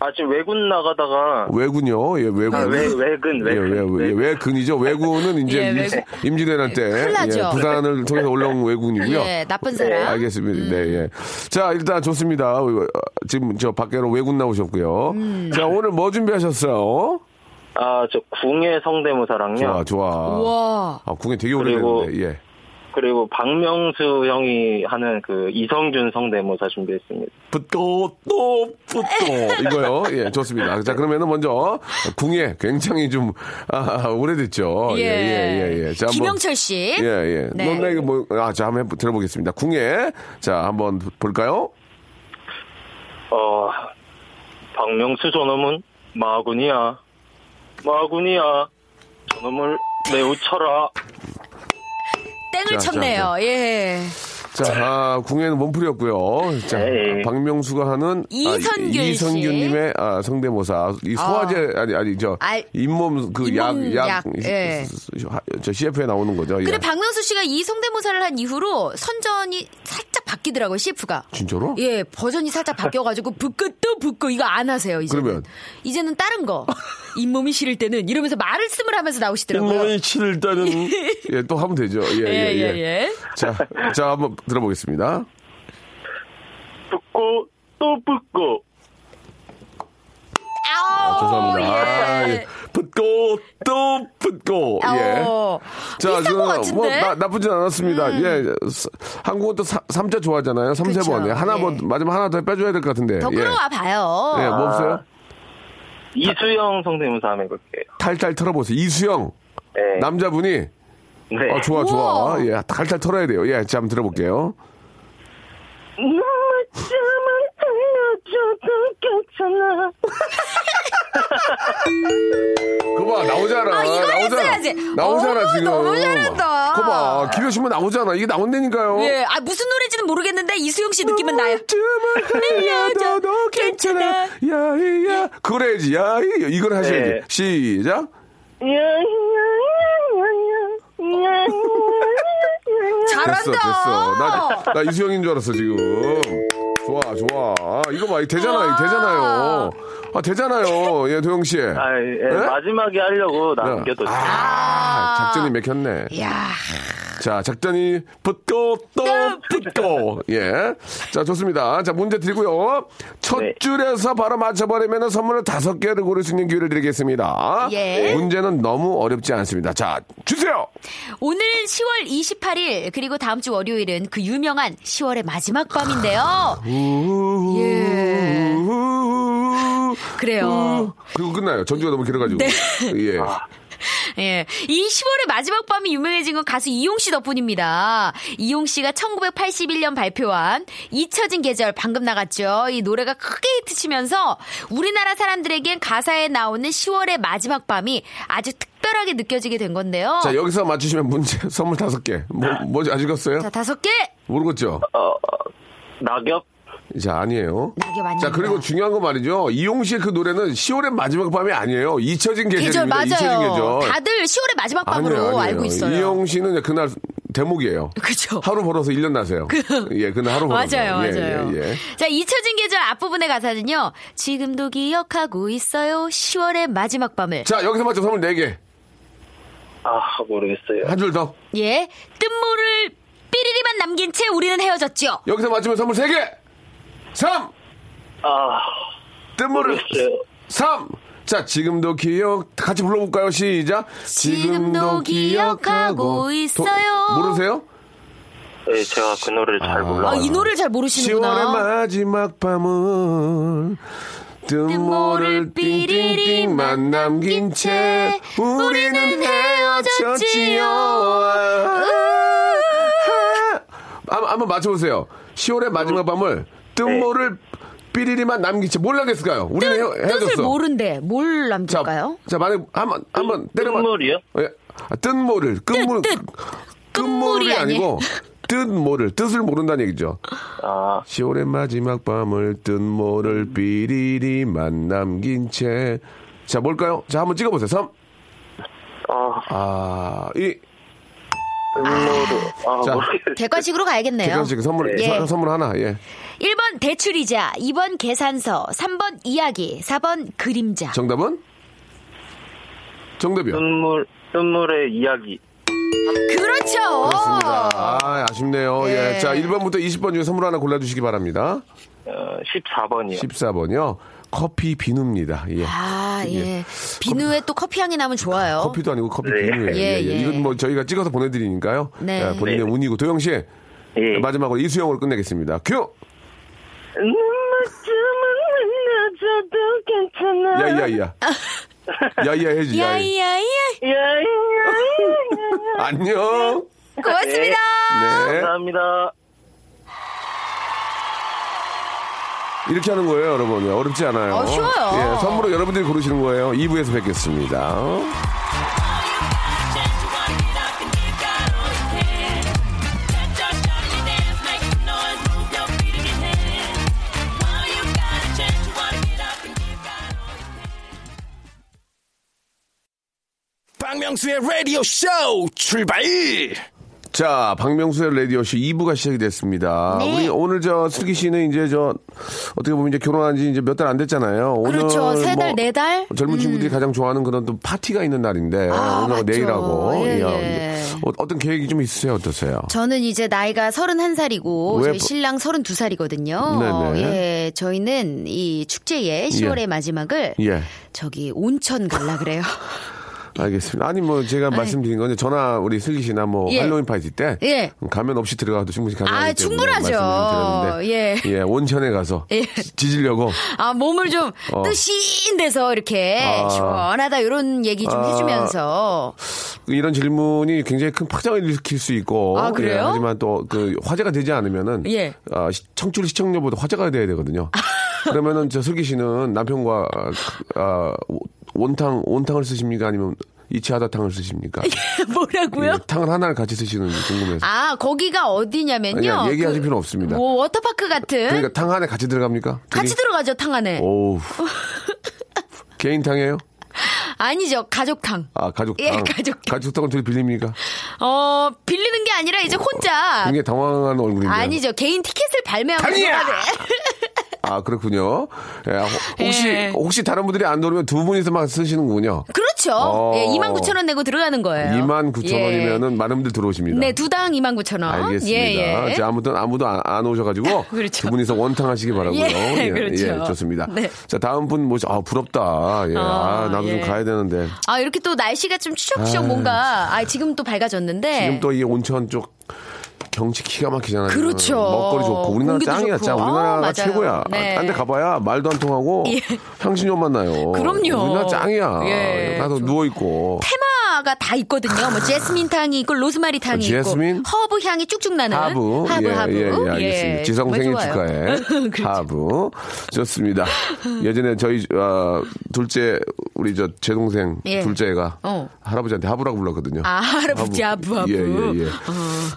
Speaker 7: 아, 지금 외군 나가다가
Speaker 2: 왜군요. 예, 왜군.
Speaker 7: 아, 외, 외근,
Speaker 2: 예,
Speaker 7: 외근. 네.
Speaker 2: 왜, 왜,
Speaker 7: 외근.
Speaker 2: 왜군이죠. 왜군은 이제
Speaker 6: 예,
Speaker 2: 임-
Speaker 6: 외군.
Speaker 2: 임진왜란 때
Speaker 6: 큰일 나죠.
Speaker 2: 예, 부산을 통해서 올라온 왜군이고요.
Speaker 6: 예, 나쁜 사람. 음.
Speaker 2: 알겠습니다. 네, 예. 자, 일단 좋습니다. 어, 지금 저 밖으로 외국 나오셨고요.
Speaker 6: 음.
Speaker 2: 자, 오늘 뭐 준비하셨어요?
Speaker 7: 아, 저 궁예
Speaker 2: 좋아,
Speaker 7: 성대모사랑요.
Speaker 2: 좋아.
Speaker 6: 와.
Speaker 2: 아, 궁에 되게
Speaker 7: 그리고-
Speaker 2: 오래됐는데, 예.
Speaker 7: 그리고 박명수 형이 하는 그 이성균 성대모사 준비했습니다.
Speaker 2: 붓고 또 붓고 이거요. 예, 좋습니다. 자, 그러면은 먼저 궁예 굉장히 좀 아, 오래됐죠. 예, 예, 예. 예. 자, 한번-
Speaker 6: 김영철 씨.
Speaker 2: 예, 예.
Speaker 6: 네.
Speaker 2: 넌 내가 뭐, 아, 자, 한번 해보- 들어보겠습니다. 궁예. 자, 한번 볼까요?
Speaker 7: 어, 박명수 저놈은 마군이야. 마군이야. 저놈을 매우 쳐라.
Speaker 6: 땡을
Speaker 2: 자, 자,
Speaker 6: 쳤네요.
Speaker 2: 자.
Speaker 6: 예.
Speaker 2: 자, 아, 궁예는 몸풀이었고요. 자,
Speaker 7: 네.
Speaker 2: 박명수가 하는
Speaker 6: 이선균
Speaker 2: 아,
Speaker 6: 씨.
Speaker 2: 이선균님의 아, 성대모사 이 소화제 아니 아니 저
Speaker 6: 알-
Speaker 2: 잇몸
Speaker 6: 잇몸
Speaker 2: 그약약
Speaker 6: 약, 예.
Speaker 2: 저 CF에 나오는 거죠. 예.
Speaker 6: 그래 박명수 씨가 이 성대모사를 한 이후로 선전이 살짝 바뀌더라고요. CF가.
Speaker 2: 진짜로?
Speaker 6: 예, 버전이 살짝 바뀌어가지고 붓긋도 붓고 이거 안 하세요. 이제는.
Speaker 2: 그러면?
Speaker 6: 이제는 다른 거. 잇몸이 시릴 때는 이러면서 말을 쓰을 하면서 나오시더라고요.
Speaker 2: 잇몸이 치를 따는 예, 또 하면 되죠. 예, 예, 예.
Speaker 6: 예, 예, 예.
Speaker 2: 자, 자 한번 들어보겠습니다.
Speaker 7: 붙고 또 붙고.
Speaker 6: 아오,
Speaker 2: 죄송합니다.
Speaker 6: 예.
Speaker 2: 아, 예. 붙고 또 붙고. 예.
Speaker 6: 아오. 비싼 것 같은데? 음.
Speaker 2: 뭐, 나, 나쁘진 않았습니다. 예. 스- 한국은 또 삼- 삼자 좋아하잖아요. 삼세
Speaker 6: 그쵸.
Speaker 2: 번. 예. 하나,
Speaker 6: 예.
Speaker 2: 번, 마지막 하나 더 빼줘야 될 것 같은데.
Speaker 6: 더
Speaker 2: 예.
Speaker 6: 끌어와 봐요.
Speaker 2: 예, 뭐 없어요?
Speaker 7: 이수영 성대모사 한번 해볼게요.
Speaker 2: 탈탈 털어보세요. 이수영.
Speaker 7: 네.
Speaker 2: 남자분이
Speaker 7: 네.
Speaker 2: 어, 좋아 좋아 예 탈탈 털어야 돼요 예자 한번 들어볼게요
Speaker 3: 눈물 좀을 흘려줘도 괜찮아.
Speaker 2: 그봐 나오잖아
Speaker 6: 아, 이걸
Speaker 2: 나오잖아
Speaker 6: 했어야지.
Speaker 2: 나오잖아
Speaker 6: 어머,
Speaker 2: 지금
Speaker 6: 너무 잘한다.
Speaker 2: 그봐 기르시면 나오잖아 이게 나온다니까요
Speaker 6: 예, 아 무슨 노래인지는 모르겠는데 이수영 씨 느낌은
Speaker 2: 음.
Speaker 6: 나요.
Speaker 2: 춤을 흘려줘도 괜찮아
Speaker 6: 네.
Speaker 2: 야이야 그걸 해야지 야이 이걸 하셔야지
Speaker 7: 네.
Speaker 2: 시작
Speaker 6: 잘한다.
Speaker 2: 됐어 됐어 나, 나 이수영인 줄 알았어 지금 좋아 좋아 아, 이거 봐 이거 되잖아요 이거 되잖아요 아 되잖아요 예 도영 씨
Speaker 7: 아, 예,
Speaker 2: 예?
Speaker 7: 마지막에 하려고 남겨뒀어요.
Speaker 2: 네. 아, 작전이 맥혔네.
Speaker 6: 야, 네.
Speaker 2: 자, 작전이 붙고 또 붙고. 예. 자, 좋습니다. 자, 문제 드리고요. 첫
Speaker 7: 네.
Speaker 2: 줄에서 바로 맞춰버리면 선물을 다섯 개를 고를 수 있는 기회를 드리겠습니다.
Speaker 6: 예.
Speaker 2: 문제는 너무 어렵지 않습니다. 자, 주세요!
Speaker 6: 오늘 10월 28일 그리고 다음 주 월요일은 그 유명한 10월의 마지막
Speaker 2: 아,
Speaker 6: 밤인데요. 예. 그래요.
Speaker 2: 아, 그리고 끝나요. 전주가 너무 길어가지고.
Speaker 6: 네.
Speaker 2: 예.
Speaker 7: 아.
Speaker 6: 예. 이 10월의 마지막 밤이 유명해진 건 가수 이용 씨 덕분입니다. 이용 씨가 1981년 발표한 잊혀진 계절 방금 나갔죠. 이 노래가 크게 히트치면서 우리나라 사람들에겐 가사에 나오는 10월의 마지막 밤이 아주 특별하게 느껴지게 된 건데요.
Speaker 2: 자, 여기서 맞추시면 문제 선물 다섯 개. 뭐, 뭐지? 아시겠어요?
Speaker 6: 자, 다섯 개.
Speaker 2: 모르겠죠?
Speaker 7: 어, 어, 낙엽?
Speaker 2: 자, 아니에요.
Speaker 6: 낙엽 아닙니다.
Speaker 2: 자, 그리고 중요한 거 말이죠. 이용 씨의 그 노래는 10월의 마지막 밤이 아니에요. 잊혀진 계절입니다.
Speaker 6: 계절 맞아요.
Speaker 2: 잊혀진 계절.
Speaker 6: 다들 10월의 마지막
Speaker 2: 아니에요,
Speaker 6: 밤으로
Speaker 2: 아니에요.
Speaker 6: 알고 있어요.
Speaker 2: 이용 씨는 그날 대목이에요.
Speaker 6: 그죠.
Speaker 2: 하루 벌어서 1년 나세요. 예, 그날 하루 벌어서.
Speaker 6: 맞아요,
Speaker 2: 예,
Speaker 6: 맞아요.
Speaker 2: 예, 예.
Speaker 6: 자, 잊혀진 계절 앞부분의 가사는요. 지금도 기억하고 있어요. 10월의 마지막 밤을.
Speaker 2: 자, 여기서 맞춰 선물 4개.
Speaker 7: 아, 모르겠어요.
Speaker 2: 한 줄 더.
Speaker 6: 예. 뜬모를 삐리리만 남긴 채 우리는 헤어졌죠.
Speaker 2: 여기서 맞추면 선물 3개. 3.
Speaker 7: 아,
Speaker 2: 뜬물을.
Speaker 7: 모르겠어요.
Speaker 2: 3. 자, 지금도 기억 같이 불러볼까요? 시작.
Speaker 6: 지금도 기억하고 있어요.
Speaker 2: 도- 모르세요?
Speaker 7: 네, 제가 그 노래를 잘 몰라요.
Speaker 6: 아, 이 노래를 잘
Speaker 2: 10월의
Speaker 6: 모르시는구나.
Speaker 2: 마지막 밤은 뜬모를 띵띵띵만 남긴 채 우리는 헤어졌지요 아, 한번 한번 맞춰보세요 10월의 마지막 밤을 뜬모를
Speaker 7: 네.
Speaker 2: 삐리리만 남긴 채 뭘 남겼을까요? 우리는 헤어,
Speaker 6: 뜻을
Speaker 2: 헤어졌어
Speaker 6: 모른데 뭘
Speaker 2: 자,
Speaker 6: 남길까요?
Speaker 2: 자 만약 한번 한번 때려
Speaker 7: 뜬물이요?
Speaker 2: 예. 아, 뜬모를 끈물
Speaker 6: 뜻.
Speaker 2: 끈물이
Speaker 6: 끝물이 아니에요.
Speaker 2: 아니고 뜻모를 뜻을 모른다는 얘기죠.
Speaker 7: 아,
Speaker 2: 10월의 마지막 밤을 뜬 모를 삐리리만 남긴 채. 자, 뭘까요? 자, 한번 찍어보세요. 3,
Speaker 7: 아,
Speaker 2: 아, 이
Speaker 7: 뜬물을, 아,
Speaker 2: 자.
Speaker 7: 모르겠어요.
Speaker 6: 객관식으로 가야겠네요.
Speaker 2: 객관식 선물,
Speaker 6: 예.
Speaker 2: 선- 선물 하나, 예.
Speaker 6: 1번 대출이자, 2번 계산서, 3번 이야기, 4번 그림자.
Speaker 2: 정답은? 정답이요.
Speaker 7: 뜬물, 뜬물의 이야기.
Speaker 6: 그렇죠.
Speaker 2: 그렇습니다. 아, 아쉽네요. 예.
Speaker 6: 예.
Speaker 2: 자, 1번부터 20번 중에 선물 하나 골라주시기 바랍니다.
Speaker 7: 어, 14번이요.
Speaker 2: 14번이요. 커피 비누입니다. 예.
Speaker 6: 아, 예. 비누에 또 커피 향이 나면 좋아요.
Speaker 2: 커피도 아니고 커피
Speaker 7: 네.
Speaker 2: 비누예요.
Speaker 6: 예,
Speaker 2: 예, 예.
Speaker 6: 예.
Speaker 2: 이건 뭐 저희가 찍어서 보내드리니까요.
Speaker 6: 네.
Speaker 2: 예, 본인의
Speaker 7: 네.
Speaker 2: 운이고. 도영 씨,
Speaker 7: 예.
Speaker 2: 마지막으로 이수영으로 끝내겠습니다. 큐!
Speaker 3: 눈물 좀을 흘려줘도 괜찮아.
Speaker 2: 야이야이야. 야이야 해지. 야이.
Speaker 6: 야이야이야.
Speaker 3: 야야야야.
Speaker 2: 안녕.
Speaker 6: 고맙습니다.
Speaker 2: 네.
Speaker 7: 감사합니다.
Speaker 2: 이렇게 하는 거예요, 여러분. 예, 어렵지 않아요.
Speaker 6: 어, 쉬워요.
Speaker 2: 예, 선물로 여러분들이 고르시는 거예요. 2부에서 뵙겠습니다.
Speaker 1: 박명수의 라디오 쇼 출발!
Speaker 2: 자, 박명수의 라디오 쇼 2부가 시작이 됐습니다.
Speaker 6: 네.
Speaker 2: 우리 오늘 저 슬기 씨는 이제 저 어떻게 보면 이제 결혼한 지 이제 몇 달 안 됐잖아요. 오늘
Speaker 6: 그렇죠. 세 달,
Speaker 2: 뭐
Speaker 6: 네 달?
Speaker 2: 젊은 친구들이 가장 좋아하는 그런 또 파티가 있는 날인데
Speaker 6: 아,
Speaker 2: 오늘하고
Speaker 6: 맞죠.
Speaker 2: 내일하고
Speaker 6: 예,
Speaker 2: 예,
Speaker 6: 예.
Speaker 2: 어, 어떤 계획이 좀 있으세요? 어떠세요?
Speaker 6: 저는 이제 나이가 31살이고
Speaker 2: 왜
Speaker 6: 저희
Speaker 2: 버-
Speaker 6: 신랑 32살이거든요.
Speaker 2: 네네.
Speaker 6: 예. 저희는 이 축제의 10월의 마지막을
Speaker 2: 예.
Speaker 6: 저기 온천 갈라 그래요.
Speaker 2: 알겠습니다. 아니 뭐 제가 말씀드린 건데 전화 우리 슬기 씨나 뭐
Speaker 6: 예.
Speaker 2: 할로윈 파티 때 음,
Speaker 6: 예.
Speaker 2: 가면 없이 들어가도 충분히 가능하기
Speaker 6: 아,
Speaker 2: 때문에
Speaker 6: 충분하죠.
Speaker 2: 뭐 말씀을 드렸는데 예. 온천에 가서
Speaker 6: 예.
Speaker 2: 지- 지지려고
Speaker 6: 아, 몸을 좀
Speaker 2: 어.
Speaker 6: 뜨신 데서 이렇게
Speaker 2: 아.
Speaker 6: 시원하다 이런 얘기 좀
Speaker 2: 아.
Speaker 6: 해주면서
Speaker 2: 이런 질문이 굉장히 큰 파장을 일으킬 수 있고
Speaker 6: 아, 그래요?
Speaker 2: 예, 하지만 또 그 화제가 되지 않으면은
Speaker 6: 예.
Speaker 2: 아, 시- 청취율 시청률보다 화제가 돼야 되거든요.
Speaker 6: 아.
Speaker 2: 그러면은 저 슬기 씨는 남편과 아, 온탕 온탕을 쓰십니까 아니면 이치하다탕을 쓰십니까?
Speaker 6: 뭐라고요?
Speaker 2: 예, 탕을 하나를 같이 쓰시는지 궁금해서.
Speaker 6: 아 거기가 어디냐면요.
Speaker 2: 아니야, 그러니까 얘기하실 필요 없습니다.
Speaker 6: 뭐 워터파크 같은
Speaker 2: 그러니까 탕 안에 같이 들어갑니까? 둘이?
Speaker 6: 같이 들어가죠 탕 안에.
Speaker 2: 오우. 개인탕이에요?
Speaker 6: 아니죠 가족탕.
Speaker 2: 아, 가족탕.
Speaker 6: 예, 가족탕.
Speaker 2: 가족탕은 둘이 빌립니까?
Speaker 6: 어 빌리는 게 아니라 이제 혼자.
Speaker 2: 굉장히 당황한 얼굴인데.
Speaker 6: 아니죠 개인 티켓을 발매하고
Speaker 2: 아니야!
Speaker 6: 들어가네.
Speaker 2: 아, 그렇군요. 예, 혹- 혹시,
Speaker 6: 예.
Speaker 2: 혹시 다른 분들이 안 들어오면 두 분이서만 쓰시는군요.
Speaker 6: 그렇죠.
Speaker 2: 어.
Speaker 6: 예, 2만 9천 원 내고 들어가는 거예요.
Speaker 2: 2만 9천
Speaker 6: 예.
Speaker 2: 원이면은 많은 분들 들어오십니다.
Speaker 6: 네, 두 당 2만 9천 원.
Speaker 2: 알겠습니다.
Speaker 6: 예, 예.
Speaker 2: 자, 아무튼 아무도 안, 안 오셔가지고
Speaker 6: 그렇죠.
Speaker 2: 두 분이서 원탕 하시기 바라고요.
Speaker 6: 예, 그렇죠.
Speaker 2: 예, 좋습니다.
Speaker 6: 네.
Speaker 2: 자, 다음 분 모시. 아, 부럽다. 예, 아,
Speaker 6: 아,
Speaker 2: 나도
Speaker 6: 예.
Speaker 2: 좀 가야 되는데
Speaker 6: 아, 이렇게 또 날씨가 좀 추적추적 뭔가, 아, 지금 또 밝아졌는데.
Speaker 2: 지금 또 이 온천 쪽. 경치 키가 막히잖아요.
Speaker 6: 예. 그렇죠.
Speaker 2: 먹거리 좋고 우리나라
Speaker 6: 공기도
Speaker 2: 짱이야,
Speaker 6: 좋고.
Speaker 2: 짱.
Speaker 6: 아,
Speaker 2: 우리나라가
Speaker 6: 맞아요.
Speaker 2: 최고야.
Speaker 6: 네. 예.
Speaker 2: 딴 데 가봐야 말도 안 통하고 향신료만 나요.
Speaker 6: 그럼요.
Speaker 2: 우리나라 짱이야.
Speaker 6: 예.
Speaker 2: 가서 누워 있고.
Speaker 6: 테마가 다 있거든요. 뭐 제스민 탕이 있고 로즈마리 탕이
Speaker 2: 제스민?
Speaker 6: 있고 허브 향이 쭉쭉 나는
Speaker 2: 하부.
Speaker 6: 네. 하부
Speaker 2: 예,
Speaker 6: 하부.
Speaker 2: 예, 예, 알겠습니다. 지성
Speaker 6: 정말
Speaker 2: 생일
Speaker 6: 좋아요. 그렇죠.
Speaker 2: 축하해. 하부. 좋습니다. 예전에 저희, 어, 둘째, 우리 저, 제 동생,
Speaker 6: 예.
Speaker 2: 둘째가
Speaker 6: 어.
Speaker 2: 할아버지한테 하부라고 불렀거든요.
Speaker 6: 아, 할아버지 하부 하부.
Speaker 2: 예, 예, 예.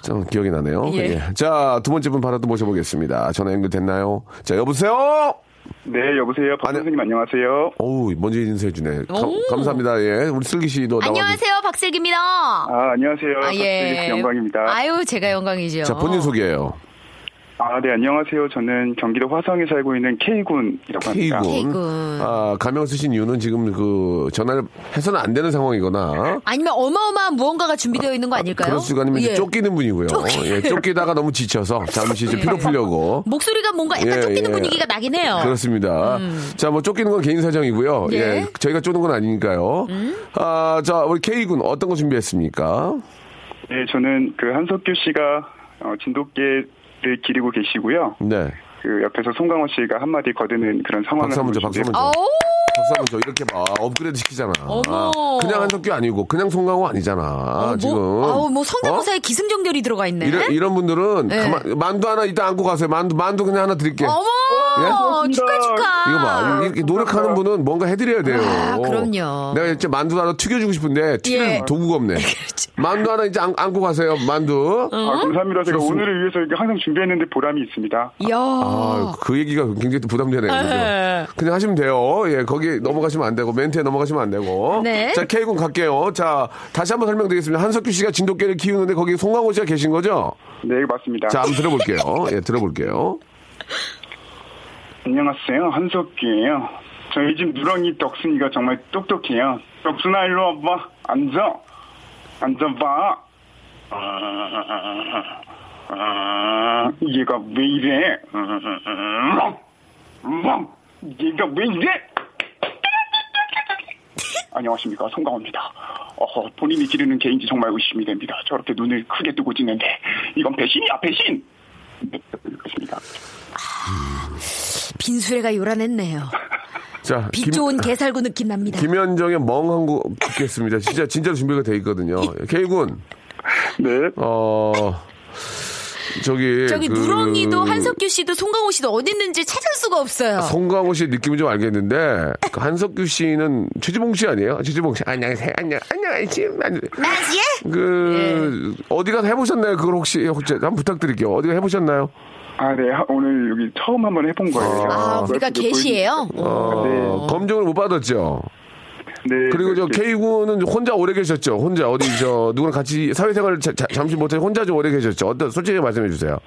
Speaker 2: 참 기억이 나네요.
Speaker 6: 예.
Speaker 2: 예. 자, 두 번째 분 바로 또 모셔보겠습니다. 전화 연결됐나요? 자, 여보세요?
Speaker 8: 네, 여보세요. 박
Speaker 2: 아니-
Speaker 8: 선생님 안녕하세요.
Speaker 2: 어우, 먼저 인사해주네. 감-
Speaker 6: 오.
Speaker 2: 감사합니다. 예. 우리 슬기 씨도 나와주세요.
Speaker 6: 안녕하세요, 박슬기입니다.
Speaker 8: 아, 안녕하세요.
Speaker 6: 아,
Speaker 8: 박슬기 씨 영광입니다.
Speaker 6: 아유, 제가 영광이죠.
Speaker 2: 자, 본인 소개예요
Speaker 8: 아, 네, 안녕하세요. 저는 경기도 화성에 살고 있는 K군이라고 합니다.
Speaker 2: K군.
Speaker 6: K군.
Speaker 2: 아, 가명 쓰신 이유는 지금 그 전화를 해서는 안 되는 상황이거나
Speaker 6: 아니면 어마어마한 무언가가 준비되어 있는 거 아닐까요?
Speaker 2: 그럴 수가 아니면 이제
Speaker 6: 예.
Speaker 2: 쫓기는 분이고요.
Speaker 6: 쫓기- 예.
Speaker 2: 예, 쫓기다가 너무 지쳐서 잠시 이제 피로 풀려고.
Speaker 6: 목소리가 뭔가 약간
Speaker 2: 예,
Speaker 6: 쫓기는
Speaker 2: 예.
Speaker 6: 분위기가 나긴 해요.
Speaker 2: 그렇습니다. 자, 뭐 쫓기는 건 개인 사정이고요. 예.
Speaker 6: 어. 음. 예. 음?
Speaker 2: 저희가 쫓는 건 아니니까요. 아, 자, 우리 K군 어떤 거 준비했습니까?
Speaker 8: 네, 저는 그 한석규 씨가 어, 진돗개를 기르고 계시고요.
Speaker 2: 네.
Speaker 8: 그 옆에서 송강호 씨가 한마디 거드는 그런 상황을
Speaker 2: 박수 한번 줘, 박수 한번 줘.
Speaker 6: 아우,
Speaker 2: 박수 한번 줘. 이렇게 봐. 업그레이드 시키잖아.
Speaker 6: 어머.
Speaker 2: 그냥 한석규 아니고 그냥 송강호 아니잖아. 지금.
Speaker 6: 뭐, 아우, 뭐
Speaker 2: 어?
Speaker 6: 성대모사에 기승전결이 들어가 있네.
Speaker 2: 이런, 이런 분들은
Speaker 6: 네.
Speaker 2: 가만- 만두 하나 이따 안고 가세요. 만두 만두 그냥 하나 드릴게요.
Speaker 6: 어머,
Speaker 8: 예?
Speaker 6: 축하 축하.
Speaker 2: 이거 봐. 이렇게 노력하는 분은 뭔가 해드려야 돼요.
Speaker 6: 아, 그럼요.
Speaker 2: 내가 진짜 만두 하나 튀겨주고 싶은데 튀길
Speaker 6: 예.
Speaker 2: 도구가 없네. 만두 하나 이제 안, 안고 가세요. 만두.
Speaker 6: 어.
Speaker 8: 아, 감사합니다. 제가
Speaker 2: 좋습니다.
Speaker 8: 오늘을 위해서 이렇게 항상 준비했는데 보람이 있습니다.
Speaker 6: 이야.
Speaker 2: 아, 그 얘기가 굉장히 또 부담되네요. 그죠? 그냥 하시면 돼요. 예, 거기 넘어가시면 안 되고, 멘트에 넘어가시면 안 되고.
Speaker 6: 네.
Speaker 2: 자, K군 갈게요. 자, 다시 한번 설명드리겠습니다. 한석규 씨가 진돗개를 키우는데 거기 송강호 씨가 계신 거죠?
Speaker 8: 네, 맞습니다.
Speaker 2: 자, 한번 들어볼게요. 예, 들어볼게요.
Speaker 8: 안녕하세요. 한석규예요. 저희 집 누렁이 덕순이가 정말 똑똑해요. 덕순아 일로 와봐. 앉아. 앉아봐. 아, 아, 얘가 왜 이래? 음, 음, 얘가 왜 이래? 안녕하십니까 송강호입니다. 어허, 본인이 기르는 개인지 정말 의심이 됩니다. 저렇게 눈을 크게 뜨고 짖는데 이건 배신이야 배신. 네, 그렇습니다.
Speaker 6: 빈수레가 요란했네요.
Speaker 2: 자,
Speaker 6: 빛
Speaker 2: 그- 김-
Speaker 6: 좋은 개살구 느낌 납니다.
Speaker 2: 김현정의 멍한 곡 듣겠습니다. 진짜 진짜로 준비가 돼 있거든요. K군
Speaker 8: 네.
Speaker 2: 어 저기
Speaker 6: 저기
Speaker 2: 그-
Speaker 6: 누렁이도 한석규 씨도 송강호 씨도 어디 있는지 찾을 수가 없어요.
Speaker 2: 아, 송강호 씨 느낌은 좀 알겠는데 그 한석규 씨는 최지봉 씨 아니에요? 최지봉 씨 안녕하세요 안녕 안녕하세요
Speaker 6: 나지에?
Speaker 2: 그 어디 가서 해보셨나요? 그걸 혹시 혹시 한번 부탁드릴게요. 어디 가 해보셨나요?
Speaker 8: 아, 네. 하- 오늘 여기 처음 한번 해본 거예요.
Speaker 6: 아, 우리가 개시예요?
Speaker 2: 어, 검증을 못 받았죠.
Speaker 8: 아, 네.
Speaker 2: 어. 그리고 저
Speaker 8: 그렇게-
Speaker 2: K군은 혼자 오래 계셨죠. 혼자 어디 저 누구랑 같이 사회생활을 자- 자- 잠시 못해 혼자 좀 오래 계셨죠. 어떤 솔직히 말씀해 주세요.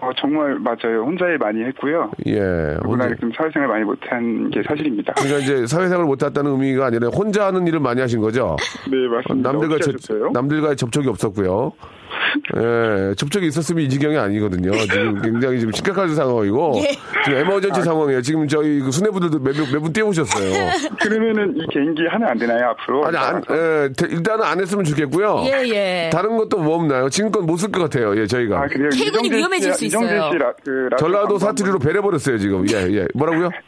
Speaker 8: 어, 정말 맞아요. 혼자 일 많이 했고요.
Speaker 2: 예. 혼자.
Speaker 8: 누구나 좀 사회생활 많이 못한 게 사실입니다.
Speaker 2: 그러니까 이제 사회생활을 못했다는 의미가 아니라 혼자 하는 일을 많이 하신 거죠.
Speaker 8: 네,
Speaker 2: 어,
Speaker 8: 맞습니다.
Speaker 2: 남들과
Speaker 8: 어떻게
Speaker 2: 접,
Speaker 8: 하셨어요?
Speaker 2: 남들과의 접촉이 없었고요. 예, 접촉이 있었으면 이 지경이 아니거든요. 지금 굉장히 지금 심각한 상황이고
Speaker 6: 예.
Speaker 2: 지금 에머전시
Speaker 8: 아.
Speaker 2: 상황이에요. 지금 저희 그 수뇌부들도 몇분 뛰어오셨어요.
Speaker 8: 그러면은 이 개인기 하나 안 되나요, 앞으로?
Speaker 2: 아니 안, 예, 대- 일단은 안 했으면 좋겠고요.
Speaker 6: 예, 예.
Speaker 2: 다른 것도 뭐 없나요? 지금껏 못 쓸 것 같아요. 예, 저희가
Speaker 8: 아, 그래요.
Speaker 6: K군이
Speaker 8: 이정재 씨-
Speaker 6: 위험해질 수
Speaker 8: 이정재
Speaker 6: 있어요.
Speaker 8: 씨 라, 그 라디오
Speaker 2: 전라도
Speaker 8: 방송
Speaker 2: 사투리로 배려버렸어요 지금. 예, 예. 뭐라고요?
Speaker 8: 한번-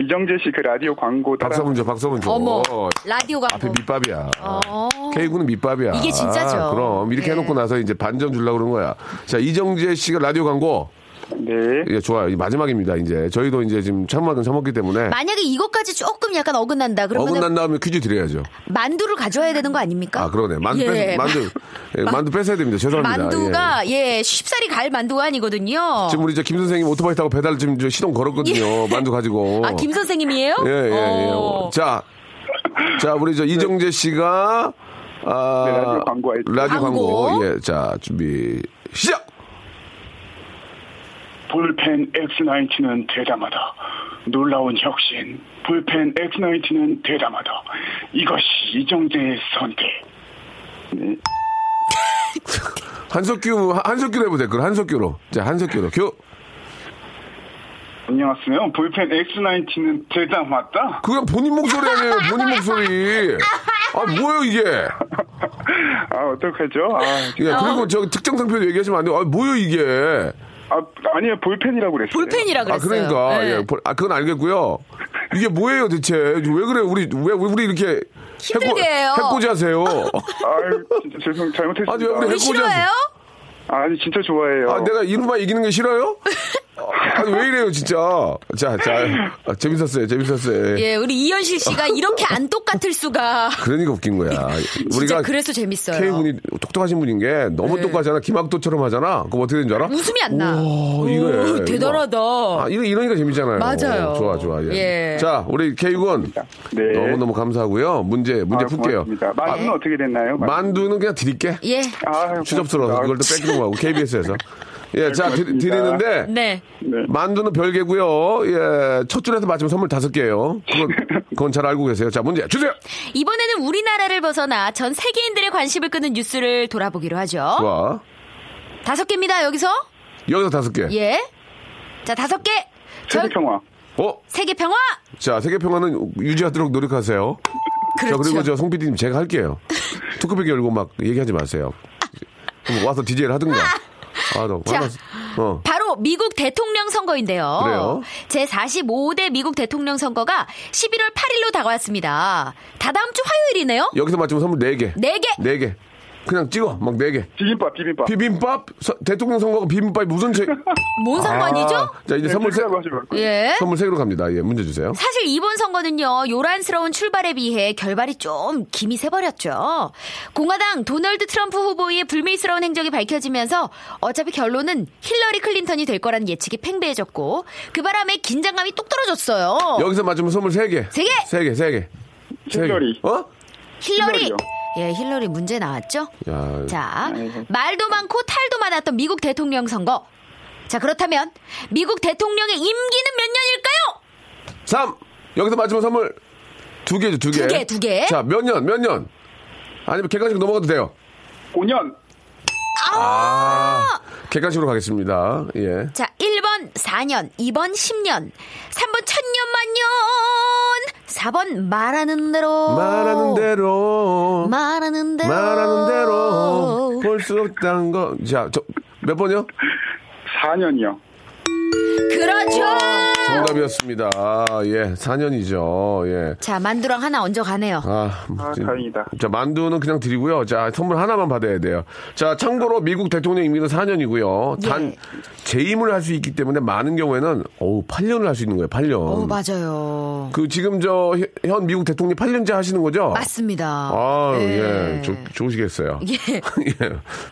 Speaker 8: 이정재 씨 그 라디오 광고 따라
Speaker 2: 박서분 줘, 박서분 줘.
Speaker 6: 어머, 라디오 광고.
Speaker 2: 앞에 밑밥이야.
Speaker 6: 어.
Speaker 2: K군은 밑밥이야.
Speaker 6: 이게 진짜죠.
Speaker 2: 아, 그럼 이렇게
Speaker 6: 네.
Speaker 2: 해놓고 나서 이제 반전 주려고 그런 거야. 자, 이정재 씨가 라디오 광고.
Speaker 8: 네.
Speaker 2: 예, 좋아요. 이 마지막입니다. 이제 저희도 이제 지금 참막은 참았기 때문에
Speaker 6: 만약에 이것까지 조금 약간 어긋난다 그러면
Speaker 2: 아. 어긋난 다음에 퀴즈 드려야죠.
Speaker 6: 만두를 가져와야 되는 거 아닙니까?
Speaker 2: 아, 그러네. 만두
Speaker 6: 예.
Speaker 2: 뺏, 만두 예, 만두 뺏어야 됩니다. 죄송합니다. 예.
Speaker 6: 만두가 예, 쉽사리 갈 만두가 아니거든요.
Speaker 2: 지금 우리 저 김 선생님 오토바이 타고 배달 지금 저 시동 걸었거든요. 만두 가지고.
Speaker 6: 아, 김 선생님이에요?
Speaker 2: 뭐- 예, 예, 예.
Speaker 6: 어.
Speaker 2: 자, 자, 우리 저 이정재 씨가, 아,
Speaker 8: 네, 라디오 광고 알죠?
Speaker 2: 라디오
Speaker 6: 광고.
Speaker 2: 광고. 예, 자, 준비, 시작!
Speaker 8: 볼펜 X90은 대담하다. 놀라운 혁신. 볼펜 X90은 대담하다. 이것이 이정재의 선택.
Speaker 2: 한석규, 한- 한석규로 해보세요. 댓글, 한석규로. 자, 한석규로. 교.
Speaker 8: 안녕하세요. 볼펜 X90은 대담하다.
Speaker 2: 그냥 본인 목소리 아니에요. 본인 목소리. 아, 뭐예요, 이게?
Speaker 8: 아 어떡하죠? 아,
Speaker 2: 예, 그리고 저 특정 상표 얘기하시면 안 돼요. 아, 뭐예요, 이게?
Speaker 8: 아 아니에요 볼펜이라고 그랬어요.
Speaker 6: 볼펜이라
Speaker 2: 아,
Speaker 6: 그랬어요.
Speaker 2: 그러니까.
Speaker 6: 예.
Speaker 2: 예, 볼- 아, 그건 알겠고요. 이게 뭐예요, 대체? 왜 그래? 우리, 왜, 왜 우리 이렇게.
Speaker 6: 힘들게 해요.
Speaker 2: 해코지 하세요.
Speaker 8: 아 진짜 죄송 잘못했습니다.
Speaker 2: 아니, 왜 우리
Speaker 6: 우리
Speaker 2: 해코지 하세요.
Speaker 6: 싫어해요?
Speaker 8: 아니 진짜 좋아해요.
Speaker 2: 아, 내가 이놈만 이기는 게 싫어요? 아니, 왜 이래요, 진짜. 자, 자. 아, 재밌었어요, 재밌었어요.
Speaker 6: 예, 우리 이현실 씨가 이렇게 안 똑같을 수가.
Speaker 2: 그러니까 웃긴 거야.
Speaker 6: 진짜 그래서 재밌어요. 네.
Speaker 2: K군이 똑똑하신 분인 게 너무 똑똑하잖아. 김학도처럼 하잖아. 그럼 어떻게 되는 줄 알아?
Speaker 6: 웃음이 안 나.
Speaker 2: 오, 이거예요.
Speaker 6: 오, 대단하다.
Speaker 2: 아, 이거 이러니까 재밌잖아요.
Speaker 6: 맞아요.
Speaker 2: 좋아, 좋아. 예.
Speaker 6: 예.
Speaker 2: 자, 우리 K군.
Speaker 8: 네. 아,
Speaker 2: 너무너무 감사하고요. 문제, 문제 풀게요. 아,
Speaker 8: 고맙습니다. 만두는 어떻게 됐나요?
Speaker 2: 만두는 그냥 드릴게.
Speaker 6: 예.
Speaker 8: 아,
Speaker 2: 추접스러워서 그걸 또 뺏기고 하고 KBS에서. 예, 자, 드,
Speaker 8: 고맙습니다.
Speaker 2: 드리는데
Speaker 6: 네.
Speaker 2: 만두는 별개고요. 예, 첫 줄에서 맞으면 선물 다섯 개예요. 그건, 그건 잘 알고 계세요. 자, 문제 주세요.
Speaker 6: 이번에는 우리나라를 벗어나 전 세계인들의 관심을 끄는 뉴스를 돌아보기로 하죠.
Speaker 2: 좋아.
Speaker 6: 다섯 개입니다, 여기서.
Speaker 2: 여기서 다섯 개.
Speaker 6: 예. 자, 다섯 개. 전-
Speaker 8: 세계 평화.
Speaker 2: 어?
Speaker 6: 세계 평화.
Speaker 2: 자, 세계 평화는 유지하도록 노력하세요.
Speaker 6: 그렇죠.
Speaker 2: 자, 그리고 저 송 PD님 제가 할게요. 토크백 열고 막 얘기하지 마세요. 그럼 와서 DJ를 하든가. 아, 너
Speaker 6: 자.
Speaker 2: 화났어. 어.
Speaker 6: 바로 미국 대통령 선거인데요.
Speaker 2: 그래요?
Speaker 6: 제45대 미국 대통령 선거가 11월 8일로 다가왔습니다. 다다음 주 화요일이네요.
Speaker 2: 여기서 맞추면 선물 네개
Speaker 6: 네 개.
Speaker 2: 네 개. 그냥 찍어. 막 네개
Speaker 8: 비빔밥 비빔밥.
Speaker 2: 비빔밥? 서- 대통령 선거가 비빔밥이 무슨 책?
Speaker 8: 아.
Speaker 2: 아.
Speaker 6: 뭔 상관이죠?
Speaker 2: 자, 이제
Speaker 8: 네,
Speaker 2: 선물 세,
Speaker 8: 비빔밥 하지 말고.
Speaker 6: 예.
Speaker 2: 선물 세 개로 갑니다. 예, 문제 주세요.
Speaker 6: 사실 이번 선거는요, 요란스러운 출발에 비해 결발이 좀 김이 새버렸죠. 공화당 도널드 트럼프 후보의 불미스러운 행적이 밝혀지면서 어차피 결론은 힐러리 클린턴이 될 거라는 예측이 팽배해졌고, 그 바람에 긴장감이 뚝 떨어졌어요.
Speaker 2: 여기서 맞으면 선물 세개
Speaker 6: 세 개!
Speaker 2: 세개세 개. 세 개.
Speaker 8: 힐러리.
Speaker 2: 어?
Speaker 6: 힐러리!
Speaker 8: 힐러리요.
Speaker 6: 예, 힐러리 문제 나왔죠?
Speaker 2: 야,
Speaker 6: 자,
Speaker 2: 예,
Speaker 6: 말도 많고 탈도 많았던 미국 대통령 선거. 자, 그렇다면 미국 대통령의 임기는 몇 년일까요?
Speaker 2: 삼 여기서 맞으면 선물 두 개죠, 두 개.
Speaker 6: 두 개, 두 개.
Speaker 2: 자, 몇 년, 몇 년? 아니면 객관식 넘어가도 돼요.
Speaker 8: 5년.
Speaker 2: 아, 객관식으로 가겠습니다. 예.
Speaker 6: 자, 1번 4년, 2번 10년, 3번 천년만년, 4번 말하는 대로.
Speaker 2: 말하는 대로,
Speaker 6: 말하는 대로.
Speaker 2: 말하는 대로, 볼 수 없다는 거. 자, 저, 몇 번이요?
Speaker 8: 4년이요.
Speaker 6: 그렇죠.
Speaker 2: 어. 정답이었습니다. 아, 예, 4년이죠. 예.
Speaker 6: 자, 만두랑 하나 얹어 가네요.
Speaker 2: 아,
Speaker 8: 아,
Speaker 2: 지-
Speaker 8: 다행이다.
Speaker 2: 자, 만두는 그냥 드리고요. 자, 선물 하나만 받아야 돼요. 자, 참고로 미국 대통령 임기는 4년이고요.
Speaker 6: 예.
Speaker 2: 단, 재임을 할 수 있기 때문에 많은 경우에는, 어우, 8년을 할 수 있는 거예요, 8년.
Speaker 6: 오, 어, 맞아요.
Speaker 2: 그, 지금 저, 현 미국 대통령 8년째 하시는 거죠?
Speaker 6: 맞습니다.
Speaker 2: 아,
Speaker 6: 예.
Speaker 2: 예. 좋, 좋으시겠어요.
Speaker 6: 예.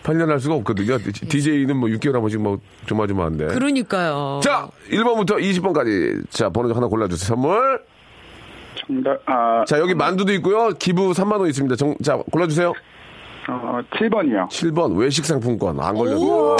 Speaker 2: 8년 할 수가 없거든요. DJ는 뭐 6개월 한 번씩 뭐 조마조마한데.
Speaker 6: 그러니까요.
Speaker 2: 자, 1번부터 20번까지. 자, 번호 하나 골라주세요. 선물.
Speaker 8: 정답 아
Speaker 2: 자, 여기 만두도 있고요. 기부 3만원 있습니다. 정, 자, 골라주세요.
Speaker 8: 어, 7번이요.
Speaker 2: 7번 외식 상품권 안 걸렸네요.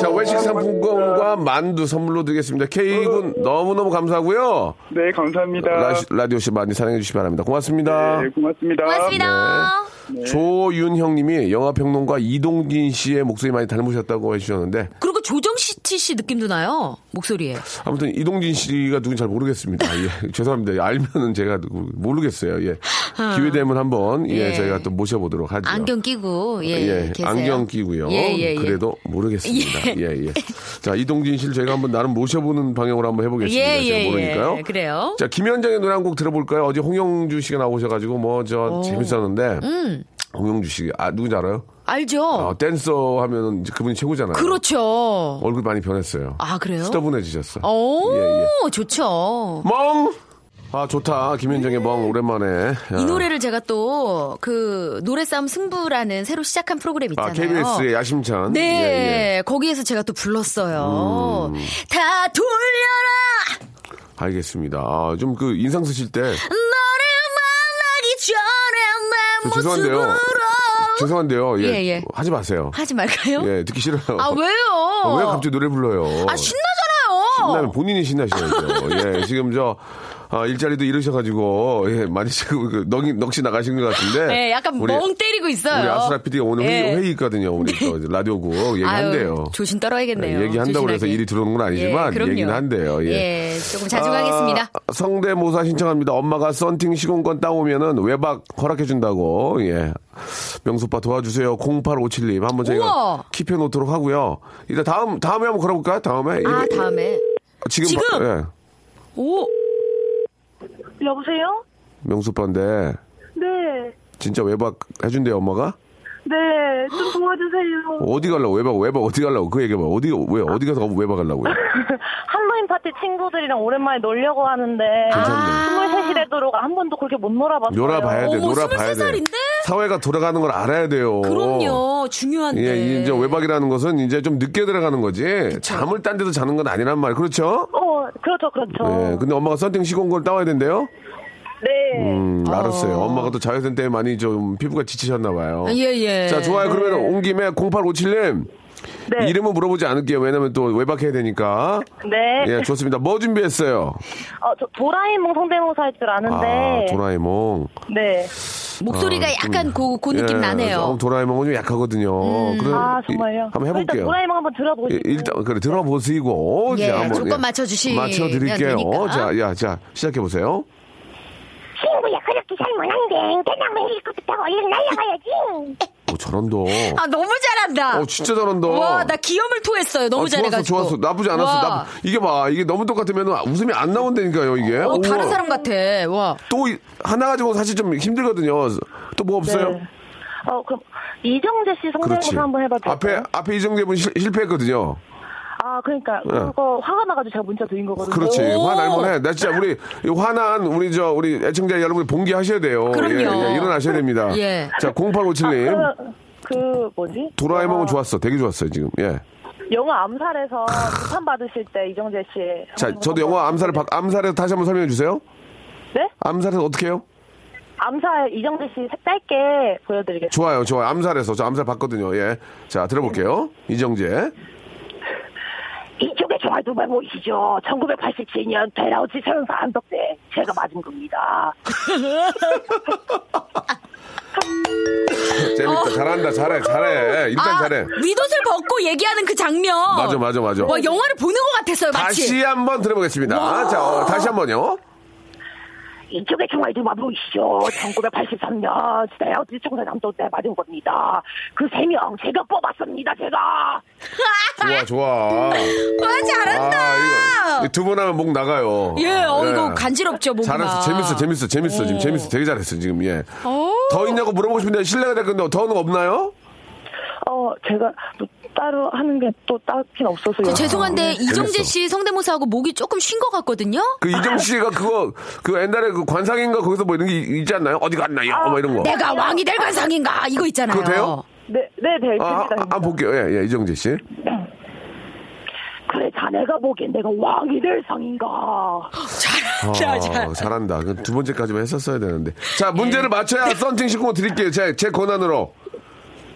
Speaker 2: 자 외식 상품권과
Speaker 8: 네.
Speaker 2: 만두 선물로 드리겠습니다. K군 너무너무 감사하고요.
Speaker 8: 네 감사합니다.
Speaker 2: 라시- 라디오 씨 많이 사랑해 주시기 바랍니다. 고맙습니다.
Speaker 8: 네 고맙습니다.
Speaker 6: 고맙습니다.
Speaker 2: 네. 조윤형님이 영화평론가 이동진 씨의 목소리 많이 닮으셨다고 해주셨는데
Speaker 6: 그리고 조정 씨 이치치 씨 느낌도 나요. 목소리에.
Speaker 2: 아무튼 이동진 씨가 누군지 잘 모르겠습니다. 예, 죄송합니다. 알면은 제가 누구- 모르겠어요. 예.
Speaker 6: 아.
Speaker 2: 기회 되면 한번 예,
Speaker 6: 예.
Speaker 2: 저희가 또 모셔보도록 하죠.
Speaker 6: 안경 끼고 예, 계세요.
Speaker 2: 안경 끼고요.
Speaker 6: 예, 예, 예.
Speaker 2: 그래도 모르겠습니다.
Speaker 6: 예.
Speaker 2: 예, 예. 자, 이동진 씨를 저희가 한번 나름 모셔보는 방향으로 한번 해보겠습니다.
Speaker 6: 예,
Speaker 2: 제가
Speaker 6: 예, 예.
Speaker 2: 모르니까요.
Speaker 6: 그래요.
Speaker 2: 자, 김현정의 노래 한 곡 들어볼까요? 어제 홍영주 씨가 나오셔가지고 뭐 저
Speaker 6: 오.
Speaker 2: 재밌었는데
Speaker 6: 음. 어.
Speaker 2: 홍영주 씨, 아 누군지 알아요?
Speaker 6: 알죠.
Speaker 2: 아, 댄서 하면은 이제 그분이 최고잖아요.
Speaker 6: 그렇죠.
Speaker 2: 얼굴 많이 변했어요.
Speaker 6: 아, 그래요?
Speaker 2: 수다분해지셨어.
Speaker 6: 오,
Speaker 2: 어, 예,
Speaker 6: 좋죠.
Speaker 2: 멍. 아 좋다 김현정의 멍 오랜만에
Speaker 6: 이 노래를 제가 또 그 노래싸움 승부라는 새로 시작한 프로그램
Speaker 2: 아
Speaker 6: 있잖아요.
Speaker 2: KBS의 야심찬
Speaker 6: 네,
Speaker 2: 예, 예. 음.
Speaker 6: 거기에서 제가 또 불렀어요. 다 돌려라
Speaker 2: 알겠습니다 아, 좀 그 인상 쓰실 때 저
Speaker 6: 너를 만나기 전에 내
Speaker 2: 죄송한데요
Speaker 6: 모습으로
Speaker 2: 죄송한데요 예,
Speaker 6: 예, 예.
Speaker 2: 하지 마세요
Speaker 6: 하지 말까요?
Speaker 2: 예 듣기 싫어요
Speaker 6: 아 왜요?
Speaker 2: 아, 왜 갑자기 노래 불러요
Speaker 6: 아 신나잖아요.
Speaker 2: 신나면 본인이 신나셔야죠 예 지금 저 아, 일자리도 잃으셔가지고 예 많이 지금 그 넋이 넋이 나가신 것 같은데
Speaker 6: 네, 약간
Speaker 2: 우리-
Speaker 6: 멍 때리고 있어요.
Speaker 2: 우리 아스라 PD가 오늘
Speaker 6: 예. 네.
Speaker 2: 회의, 회의 있거든요. 우리 또 라디오국 얘기한대요.
Speaker 6: 아유, 조심 떨어야겠네요.
Speaker 2: 네, 얘기한다고 그래서
Speaker 6: 조심하게.
Speaker 2: 일이 들어오는 건
Speaker 6: 예,
Speaker 2: 아니지만
Speaker 6: 그럼요.
Speaker 2: 얘기는 한대요. 예.
Speaker 6: 예, 조금 자중하겠습니다.
Speaker 2: 아, 성대모사 신청합니다. 엄마가 썬팅 시공권 따 오면은 외박 허락해 준다고. 예. 명수빠 도와주세요. 0857님 한번 저희가
Speaker 6: 우와.
Speaker 2: 킵해 놓도록 하고요. 일단 다음 다음에 한번 걸어 볼까요? 다음에.
Speaker 6: 아
Speaker 2: 예.
Speaker 6: 다음에
Speaker 2: 지금
Speaker 6: 지금?
Speaker 2: 바- 예.
Speaker 6: 오
Speaker 9: 여보세요?
Speaker 2: 명수빠인데
Speaker 9: 네.
Speaker 2: 진짜 외박 해 준대요, 엄마가?
Speaker 9: 네, 좀 도와주세요.
Speaker 2: 어디 가려고 외박 외박 어디 가려고 그 얘기 봐. 어디 왜 어디 가서 외박 가려고요?
Speaker 9: 할로윈 파티 친구들이랑 오랜만에 놀려고 하는데
Speaker 6: 괜찮네.
Speaker 9: 23시 되도록 한 번도 그렇게 못 놀아봤어요.
Speaker 2: 놀아봐야 돼,
Speaker 6: 어머,
Speaker 2: 놀아봐야 돼.
Speaker 6: 23살인데?
Speaker 2: 사회가 돌아가는 걸 알아야 돼요.
Speaker 6: 그럼요 중요한데.
Speaker 2: 어.
Speaker 9: 네.
Speaker 2: 예, 이제 외박이라는 것은 이제 좀 늦게 들어가는 거지. 잠을 딴 데서 자는 건 아니란 말. 그렇죠?
Speaker 9: 어, 그렇죠, 그렇죠.
Speaker 2: 예, 근데 엄마가 썬팅 시공걸 따와야 된대요?
Speaker 9: 네.
Speaker 2: 음, 알았어요. 엄마가 또 자외선 때문에 많이 좀 피부가 지치셨나 봐요.
Speaker 6: 예, 예.
Speaker 2: 자, 좋아요.
Speaker 6: 네.
Speaker 2: 그러면 온 김에 0857님. 이름은 물어보지 않을게요. 왜냐면 또 외박해야 되니까.
Speaker 9: 네.
Speaker 2: 예, 좋습니다. 뭐 준비했어요?
Speaker 9: 어, 저 도라에몽 성대모사 할 줄 아는데.
Speaker 2: 아, 도라에몽.
Speaker 9: 네.
Speaker 6: 목소리가
Speaker 2: 아, 좀-
Speaker 6: 약간 그, 그 느낌
Speaker 2: 예,
Speaker 6: 나네요.
Speaker 2: 좀 도라에몽은 좀 약하거든요. 그래,
Speaker 9: 아, 정말요?
Speaker 2: 한번 해볼게요.
Speaker 9: 일단 도라에몽 한번 들어보시죠.
Speaker 2: 예, 일단 그래 들어보시고
Speaker 9: 예,
Speaker 2: 자, 한번,
Speaker 9: 조건 맞춰주시면
Speaker 2: 맞춰드릴게요.
Speaker 9: 되니까.
Speaker 2: 자, 야, 자 시작해 보세요.
Speaker 10: 친구야 그렇게 잘못 한데 대나무 헬리콥터 타고 얼른 날아가야지
Speaker 2: 오 저런다.
Speaker 6: 아 너무 잘한다.
Speaker 2: 어, 진짜 잘한다.
Speaker 6: 와, 나 기염을 토했어요. 너무
Speaker 2: 아,
Speaker 6: 잘해가지고.
Speaker 2: 좋았어, 좋았어. 나쁘지 않았어.
Speaker 6: 와.
Speaker 2: 나, 이게 봐, 이게 너무 똑같으면 웃음이 안 나온다니까요, 이게.
Speaker 6: 어,
Speaker 2: 우와.
Speaker 6: 다른 사람 같아. 와.
Speaker 2: 또 이- 하나 가지고 사실 좀 힘들거든요. 또 뭐 없어요?
Speaker 9: 네. 어, 그럼 이정재 씨
Speaker 2: 그렇지.
Speaker 9: 성대모사 한번 해봐도
Speaker 2: 앞에
Speaker 9: 될까요?
Speaker 2: 앞에 이정재분 실- 실패했거든요.
Speaker 9: 아, 그러니까
Speaker 2: 예.
Speaker 9: 그거 화가 나가지고 제가 문자 드린 거거든요.
Speaker 2: 그렇지. 화날만 해. 나
Speaker 9: 네.
Speaker 2: 진짜 우리 이 화난 우리 저 우리 애청자 여러분 봉기하셔야 돼요.
Speaker 9: 그럼요.
Speaker 2: 예, 예, 일어나셔야 됩니다.
Speaker 9: 예.
Speaker 2: 자, 0857님.
Speaker 9: 아, 그, 그 뭐지?
Speaker 6: 아.
Speaker 2: 도라에몽은 좋았어. 되게 좋았어요, 지금. 예.
Speaker 9: 영화 암살에서 비판 받으실 때 이정재 씨.
Speaker 2: 자,
Speaker 6: 아,
Speaker 2: 저도 영화 암살을
Speaker 6: 네.
Speaker 2: 박, 암살에서 다시 한번 설명해 주세요.
Speaker 9: 네?
Speaker 2: 암살에서 어떻게 해요?
Speaker 9: 암살 이정재 씨 짧게 보여드리겠습니다.
Speaker 2: 좋아요, 좋아요. 암살에서. 저 암살 봤거든요. 예. 자, 들어볼게요. 이정재.
Speaker 10: 이쪽에 저도 말 보이시죠 1987년 베라우치 선사 한덕 때 제가 맞은 겁니다
Speaker 2: 재밌다. 잘한다. 잘해. 잘해. 일단
Speaker 6: 아,
Speaker 2: 잘해.
Speaker 6: 윗옷을 벗고 얘기하는 그 장면.
Speaker 2: 맞아, 맞아, 맞아.
Speaker 6: 와, 영화를 보는 것 같았어요, 마치.
Speaker 2: 어. 다시 한번 들어보겠습니다.
Speaker 6: 와.
Speaker 2: 자, 어, 다시 한번요.
Speaker 10: 이쪽에 정말도 말 보이시죠 1983년 베라우치 청사 남도 때 맞은 겁니다 그 세 명 제가 뽑았습니다 제가
Speaker 2: 좋아, 좋아. 아,
Speaker 6: 와, 잘한다.
Speaker 2: 두 번 하면 목 나가요.
Speaker 6: 예, 어, 이거 간지럽죠, 몸이.
Speaker 2: 잘했어, 재밌어, 재밌어, 재밌어, 지금 재밌어, 되게 잘했어, 지금 예.
Speaker 6: 어.
Speaker 2: 더 있냐고 물어보고 싶은데 실례가 될 건데 더는 없나요?
Speaker 9: 어, 제가 또 따로 하는 게 또 딱히 없어서.
Speaker 6: 저 죄송한데, 이정재
Speaker 2: 아, 재밌어.
Speaker 6: 씨 성대모사하고 목이 조금 쉰 것 같거든요?
Speaker 2: 그 이정 씨가 그거 그 옛날에 그 관상인가 거기서 뭐 이런 게 있- 있지 않나요? 어디 갔나요? 뭐 이런 거.
Speaker 6: 내가 왕이 될 관상인가? 이거 있잖아요.
Speaker 2: 그거 돼요?
Speaker 9: 네, 네, 네,
Speaker 2: 아, 아, 아, 한번 볼게요. 예, 예, 이정재 씨.
Speaker 10: 그래 자네가 보기엔 내가 왕이 될 상인가
Speaker 2: 아, 잘한다. 그두 번째까지만 했었어야 되는데. 자, 문제를 맞춰야 썬팅 신고 드릴게요. 제, 제 권한으로.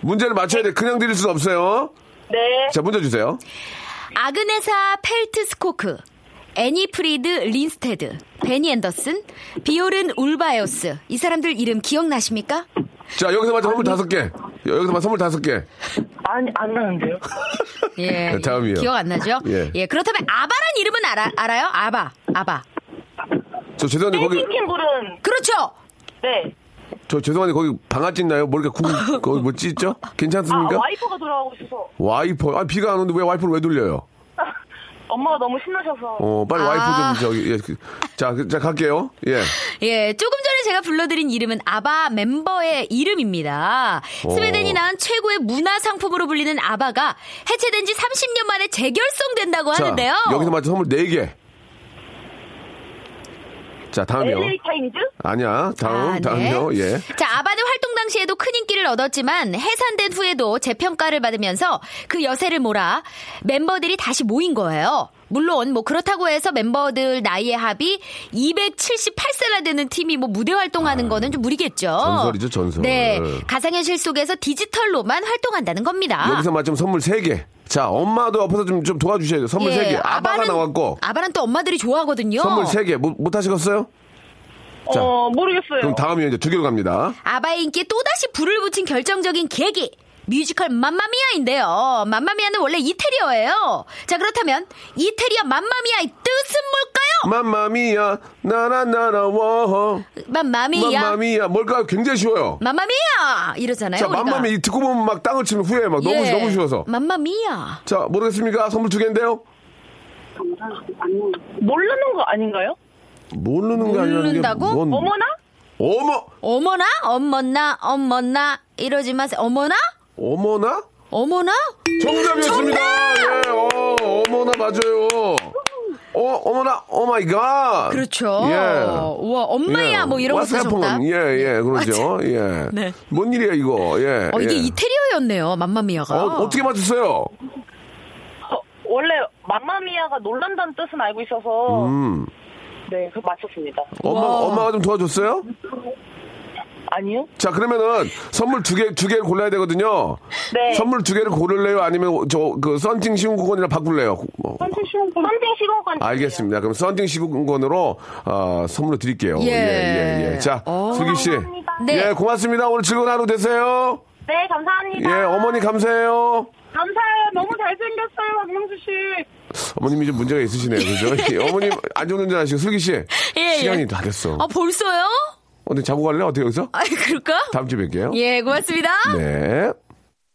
Speaker 2: 문제를 맞춰야 돼. 그냥 드릴 수 없어요.
Speaker 9: 네.
Speaker 2: 자, 문제 주세요.
Speaker 6: 아그네사 펠트 스코크, 애니 프리드 린스테드, 베니 앤더슨, 비오른 울바에오스. 이 사람들 이름 기억나십니까?
Speaker 2: 자, 여기서만 선물 다섯 개. 여기서만 선물 다섯 개.
Speaker 9: 아니 안 나는데요.
Speaker 6: 예.
Speaker 2: 네, 다음이요.
Speaker 6: 기억 안 나죠?
Speaker 2: 예.
Speaker 6: 그렇다면 아바란 이름은 알아, 알아요? 아바. 아바.
Speaker 2: 저 죄송한데 거기
Speaker 9: 킹킹볼은
Speaker 6: 그렇죠.
Speaker 9: 네.
Speaker 2: 저 죄송한데 거기 방아 찢나요? 머리가 굵 거기 뭐 찢죠? 괜찮습니까?
Speaker 9: 아, 와이퍼가 돌아가고 있어서
Speaker 2: 와이퍼. 아 비가 안 오는데 왜 와이퍼를 왜 돌려요?
Speaker 9: 엄마가 너무 신나셔서.
Speaker 2: 어 빨리
Speaker 6: 아.
Speaker 2: 와이퍼 좀 저기 예. 그- 자, 그- 자 갈게요. 예.
Speaker 6: 예, 조금 전에 제가 불러드린 이름은 아바 멤버의 이름입니다.
Speaker 2: 오.
Speaker 6: 스웨덴이 낳은 최고의 문화 상품으로 불리는 아바가 해체된 지 30년 만에 재결성된다고
Speaker 2: 자,
Speaker 6: 하는데요.
Speaker 2: 여기서 맞춰 선물 4개. 자, 다음이요.
Speaker 3: 네,
Speaker 9: 타임즈?
Speaker 2: 아니야. 다음,
Speaker 6: 아, 네.
Speaker 2: 다음이요. 예.
Speaker 6: 자, 아바는 활동 당시에도 큰 인기를 얻었지만 해산된 후에도 재평가를 받으면서 그 여세를 몰아 멤버들이 다시 모인 거예요. 물론 뭐 그렇다고 해서 멤버들 나이의 합이 278세나 되는 팀이 뭐 무대 활동하는 거는 좀 무리겠죠.
Speaker 2: 아, 전설이죠, 전설.
Speaker 6: 네. 가상현실 속에서 디지털로만 활동한다는 겁니다.
Speaker 2: 여기서 맞으면 선물 3개. 자, 엄마도 옆에서 좀, 좀 도와주셔야 돼요. 선물
Speaker 6: 예,
Speaker 2: 세 3개. 아바가
Speaker 6: 아바는-
Speaker 2: 나왔고.
Speaker 6: 아바는 또 엄마들이 좋아하거든요.
Speaker 2: 선물 3개. 못, 못 하시겠어요? 자,
Speaker 9: 어 모르겠어요.
Speaker 2: 그럼 다음이요. 이제 두 개로 갑니다.
Speaker 6: 아바의 인기에 또다시 불을 붙인 결정적인 계기. 뮤지컬 맘마미아인데요. 맘마미아는 원래 이태리어예요. 자 그렇다면 이태리어 맘마미아의 뜻은
Speaker 2: 맘마미야, 나나나나, 워.
Speaker 6: 뭘까요? 맘마미아.
Speaker 2: 맘마미야. 뭘까요? 굉장히 쉬워요.
Speaker 6: 맘마미아 이러잖아요.
Speaker 2: 자,
Speaker 6: 우리가.
Speaker 2: 맘마미 듣고 보면 막 땅을 치면 후회해. 막 너무,
Speaker 6: 네, 예.
Speaker 2: 너무 쉬워서.
Speaker 6: 맘마미아.
Speaker 2: 자, 모르겠습니까? 선물 두 개인데요?
Speaker 9: 모르는 거 아닌가요?
Speaker 2: 모르는 게 아니라는 게.
Speaker 6: 모른다고?
Speaker 2: 뭔- 어머!
Speaker 6: 어머나 어머나 어머나 이러지 마세요. 어머나
Speaker 2: 어머나?
Speaker 6: 어머나.
Speaker 2: 정답이었습니다. 예, 어, 어머나 맞아요. 어, 어머나, 오 마이 갓.
Speaker 6: 그렇죠.
Speaker 2: 예.
Speaker 6: 우와, 엄마야, 뭐 이런 거
Speaker 2: What's happened?
Speaker 6: 쓰셨다.
Speaker 2: 예, 예, 그러죠.
Speaker 6: 아,
Speaker 2: 예.
Speaker 6: 네.
Speaker 2: 뭔 일이야 이거? 예.
Speaker 6: 어, 이게
Speaker 2: 예.
Speaker 6: 이태리어였네요. 맘마미아가.
Speaker 2: 어, 어떻게 맞췄어요?
Speaker 9: 어, 원래 맘마미아가 놀란다는 뜻은 알고 있어서
Speaker 2: 음. 어?
Speaker 9: 네, 그 맞췄습니다.
Speaker 2: 엄마, 엄마가 좀 도와줬어요?
Speaker 9: 아니요?
Speaker 2: 자, 그러면은 선물 두 개, 두 개를 골라야 되거든요.
Speaker 9: 네.
Speaker 2: 선물 두 개를 고를래요? 아니면 저, 그, 썬팅 시공권이랑 바꿀래요? 뭐,
Speaker 9: 선생 시공권. 선생 시공권.
Speaker 2: 알겠습니다. 그럼 썬팅 시공권으로 아, 선물로 드릴게요.
Speaker 9: 예.
Speaker 2: 예, 예. 자, 슬기 씨.
Speaker 9: 네.
Speaker 2: 예, 고맙습니다. 오늘 즐거운 하루 되세요.
Speaker 9: 네, 감사합니다.
Speaker 2: 예, 어머니 감사해요.
Speaker 9: 감사해요. 너무 잘생겼어요, 박명수 씨.
Speaker 2: 어머님이 좀 문제가 있으시네요. 그죠? 예, 어머님 안전운전 하시고 슬기 씨.
Speaker 6: 예,
Speaker 2: 시간이
Speaker 6: 예.
Speaker 2: 다 됐어.
Speaker 6: 아 벌써요?
Speaker 2: 어디 자고 갈래? 어떻게 여기서?
Speaker 6: 아 그럴까?
Speaker 2: 다음 주에 뵐게요.
Speaker 6: 예, 고맙습니다.
Speaker 2: 네.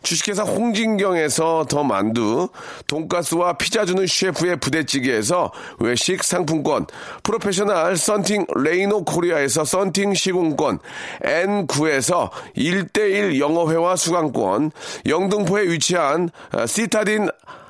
Speaker 2: 주식회사 홍진경에서 더 만두, 돈가스와 피자 주는 셰프의 부대찌개에서 외식 상품권, 프로페셔널 썬팅 레이노 코리아에서 썬팅 시공권, N9에서 1대1 영어회화 수강권, 영등포에 위치한 아, 시타딘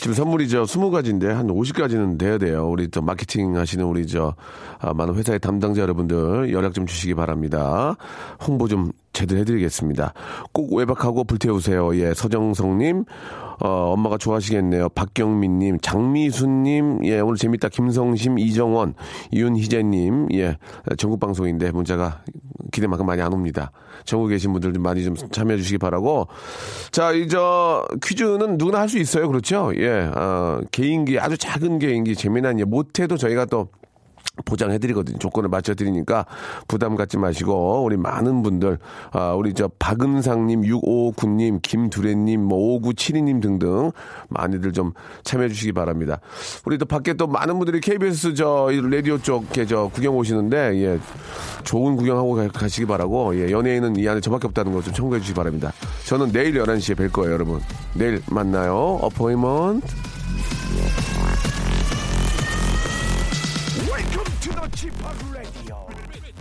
Speaker 2: 지금 선물이 저 20가지인데 한 50가지는 돼야 돼요. 우리 또 마케팅 하시는 우리 저 아, 많은 회사의 담당자 여러분들 연락 좀 주시기 바랍니다. 홍보 좀 제대로 해드리겠습니다. 꼭 외박하고 불태우세요. 예, 서정성님, 어, 엄마가 좋아하시겠네요. 박경민님, 장미순님, 예, 오늘 재밌다. 김성심, 이정원, 이윤희재님, 예, 전국방송인데 문자가 기대만큼 많이 안 옵니다. 전국에 계신 분들 좀 많이 좀 참여해 주시기 바라고. 자, 이저 퀴즈는 누구나 할 수 있어요. 그렇죠? 예. 아, 개인기, 아주 작은 개인기, 재미난, 예, 못해도 저희가 또 보장해드리거든요. 조건을 맞춰드리니까 부담 갖지 마시고 우리 많은 분들 아, 우리 저 박은상님, 6559님, 김두래님, 뭐 5972님 등등 많이들 좀 참여해주시기 바랍니다. 우리 또 밖에 또 많은 분들이 KBS 저이 라디오 쪽에 저 구경 오시는데 예 좋은 구경하고 가- 가시기 바라고 예 연예인은 이 안에 저밖에 없다는 거 좀 참고해주시기 바랍니다. 저는 내일 11시에 뵐 거예요, 여러분. 내일 만나요. 어포이먼트.
Speaker 1: Welcome to the Chipak Radio.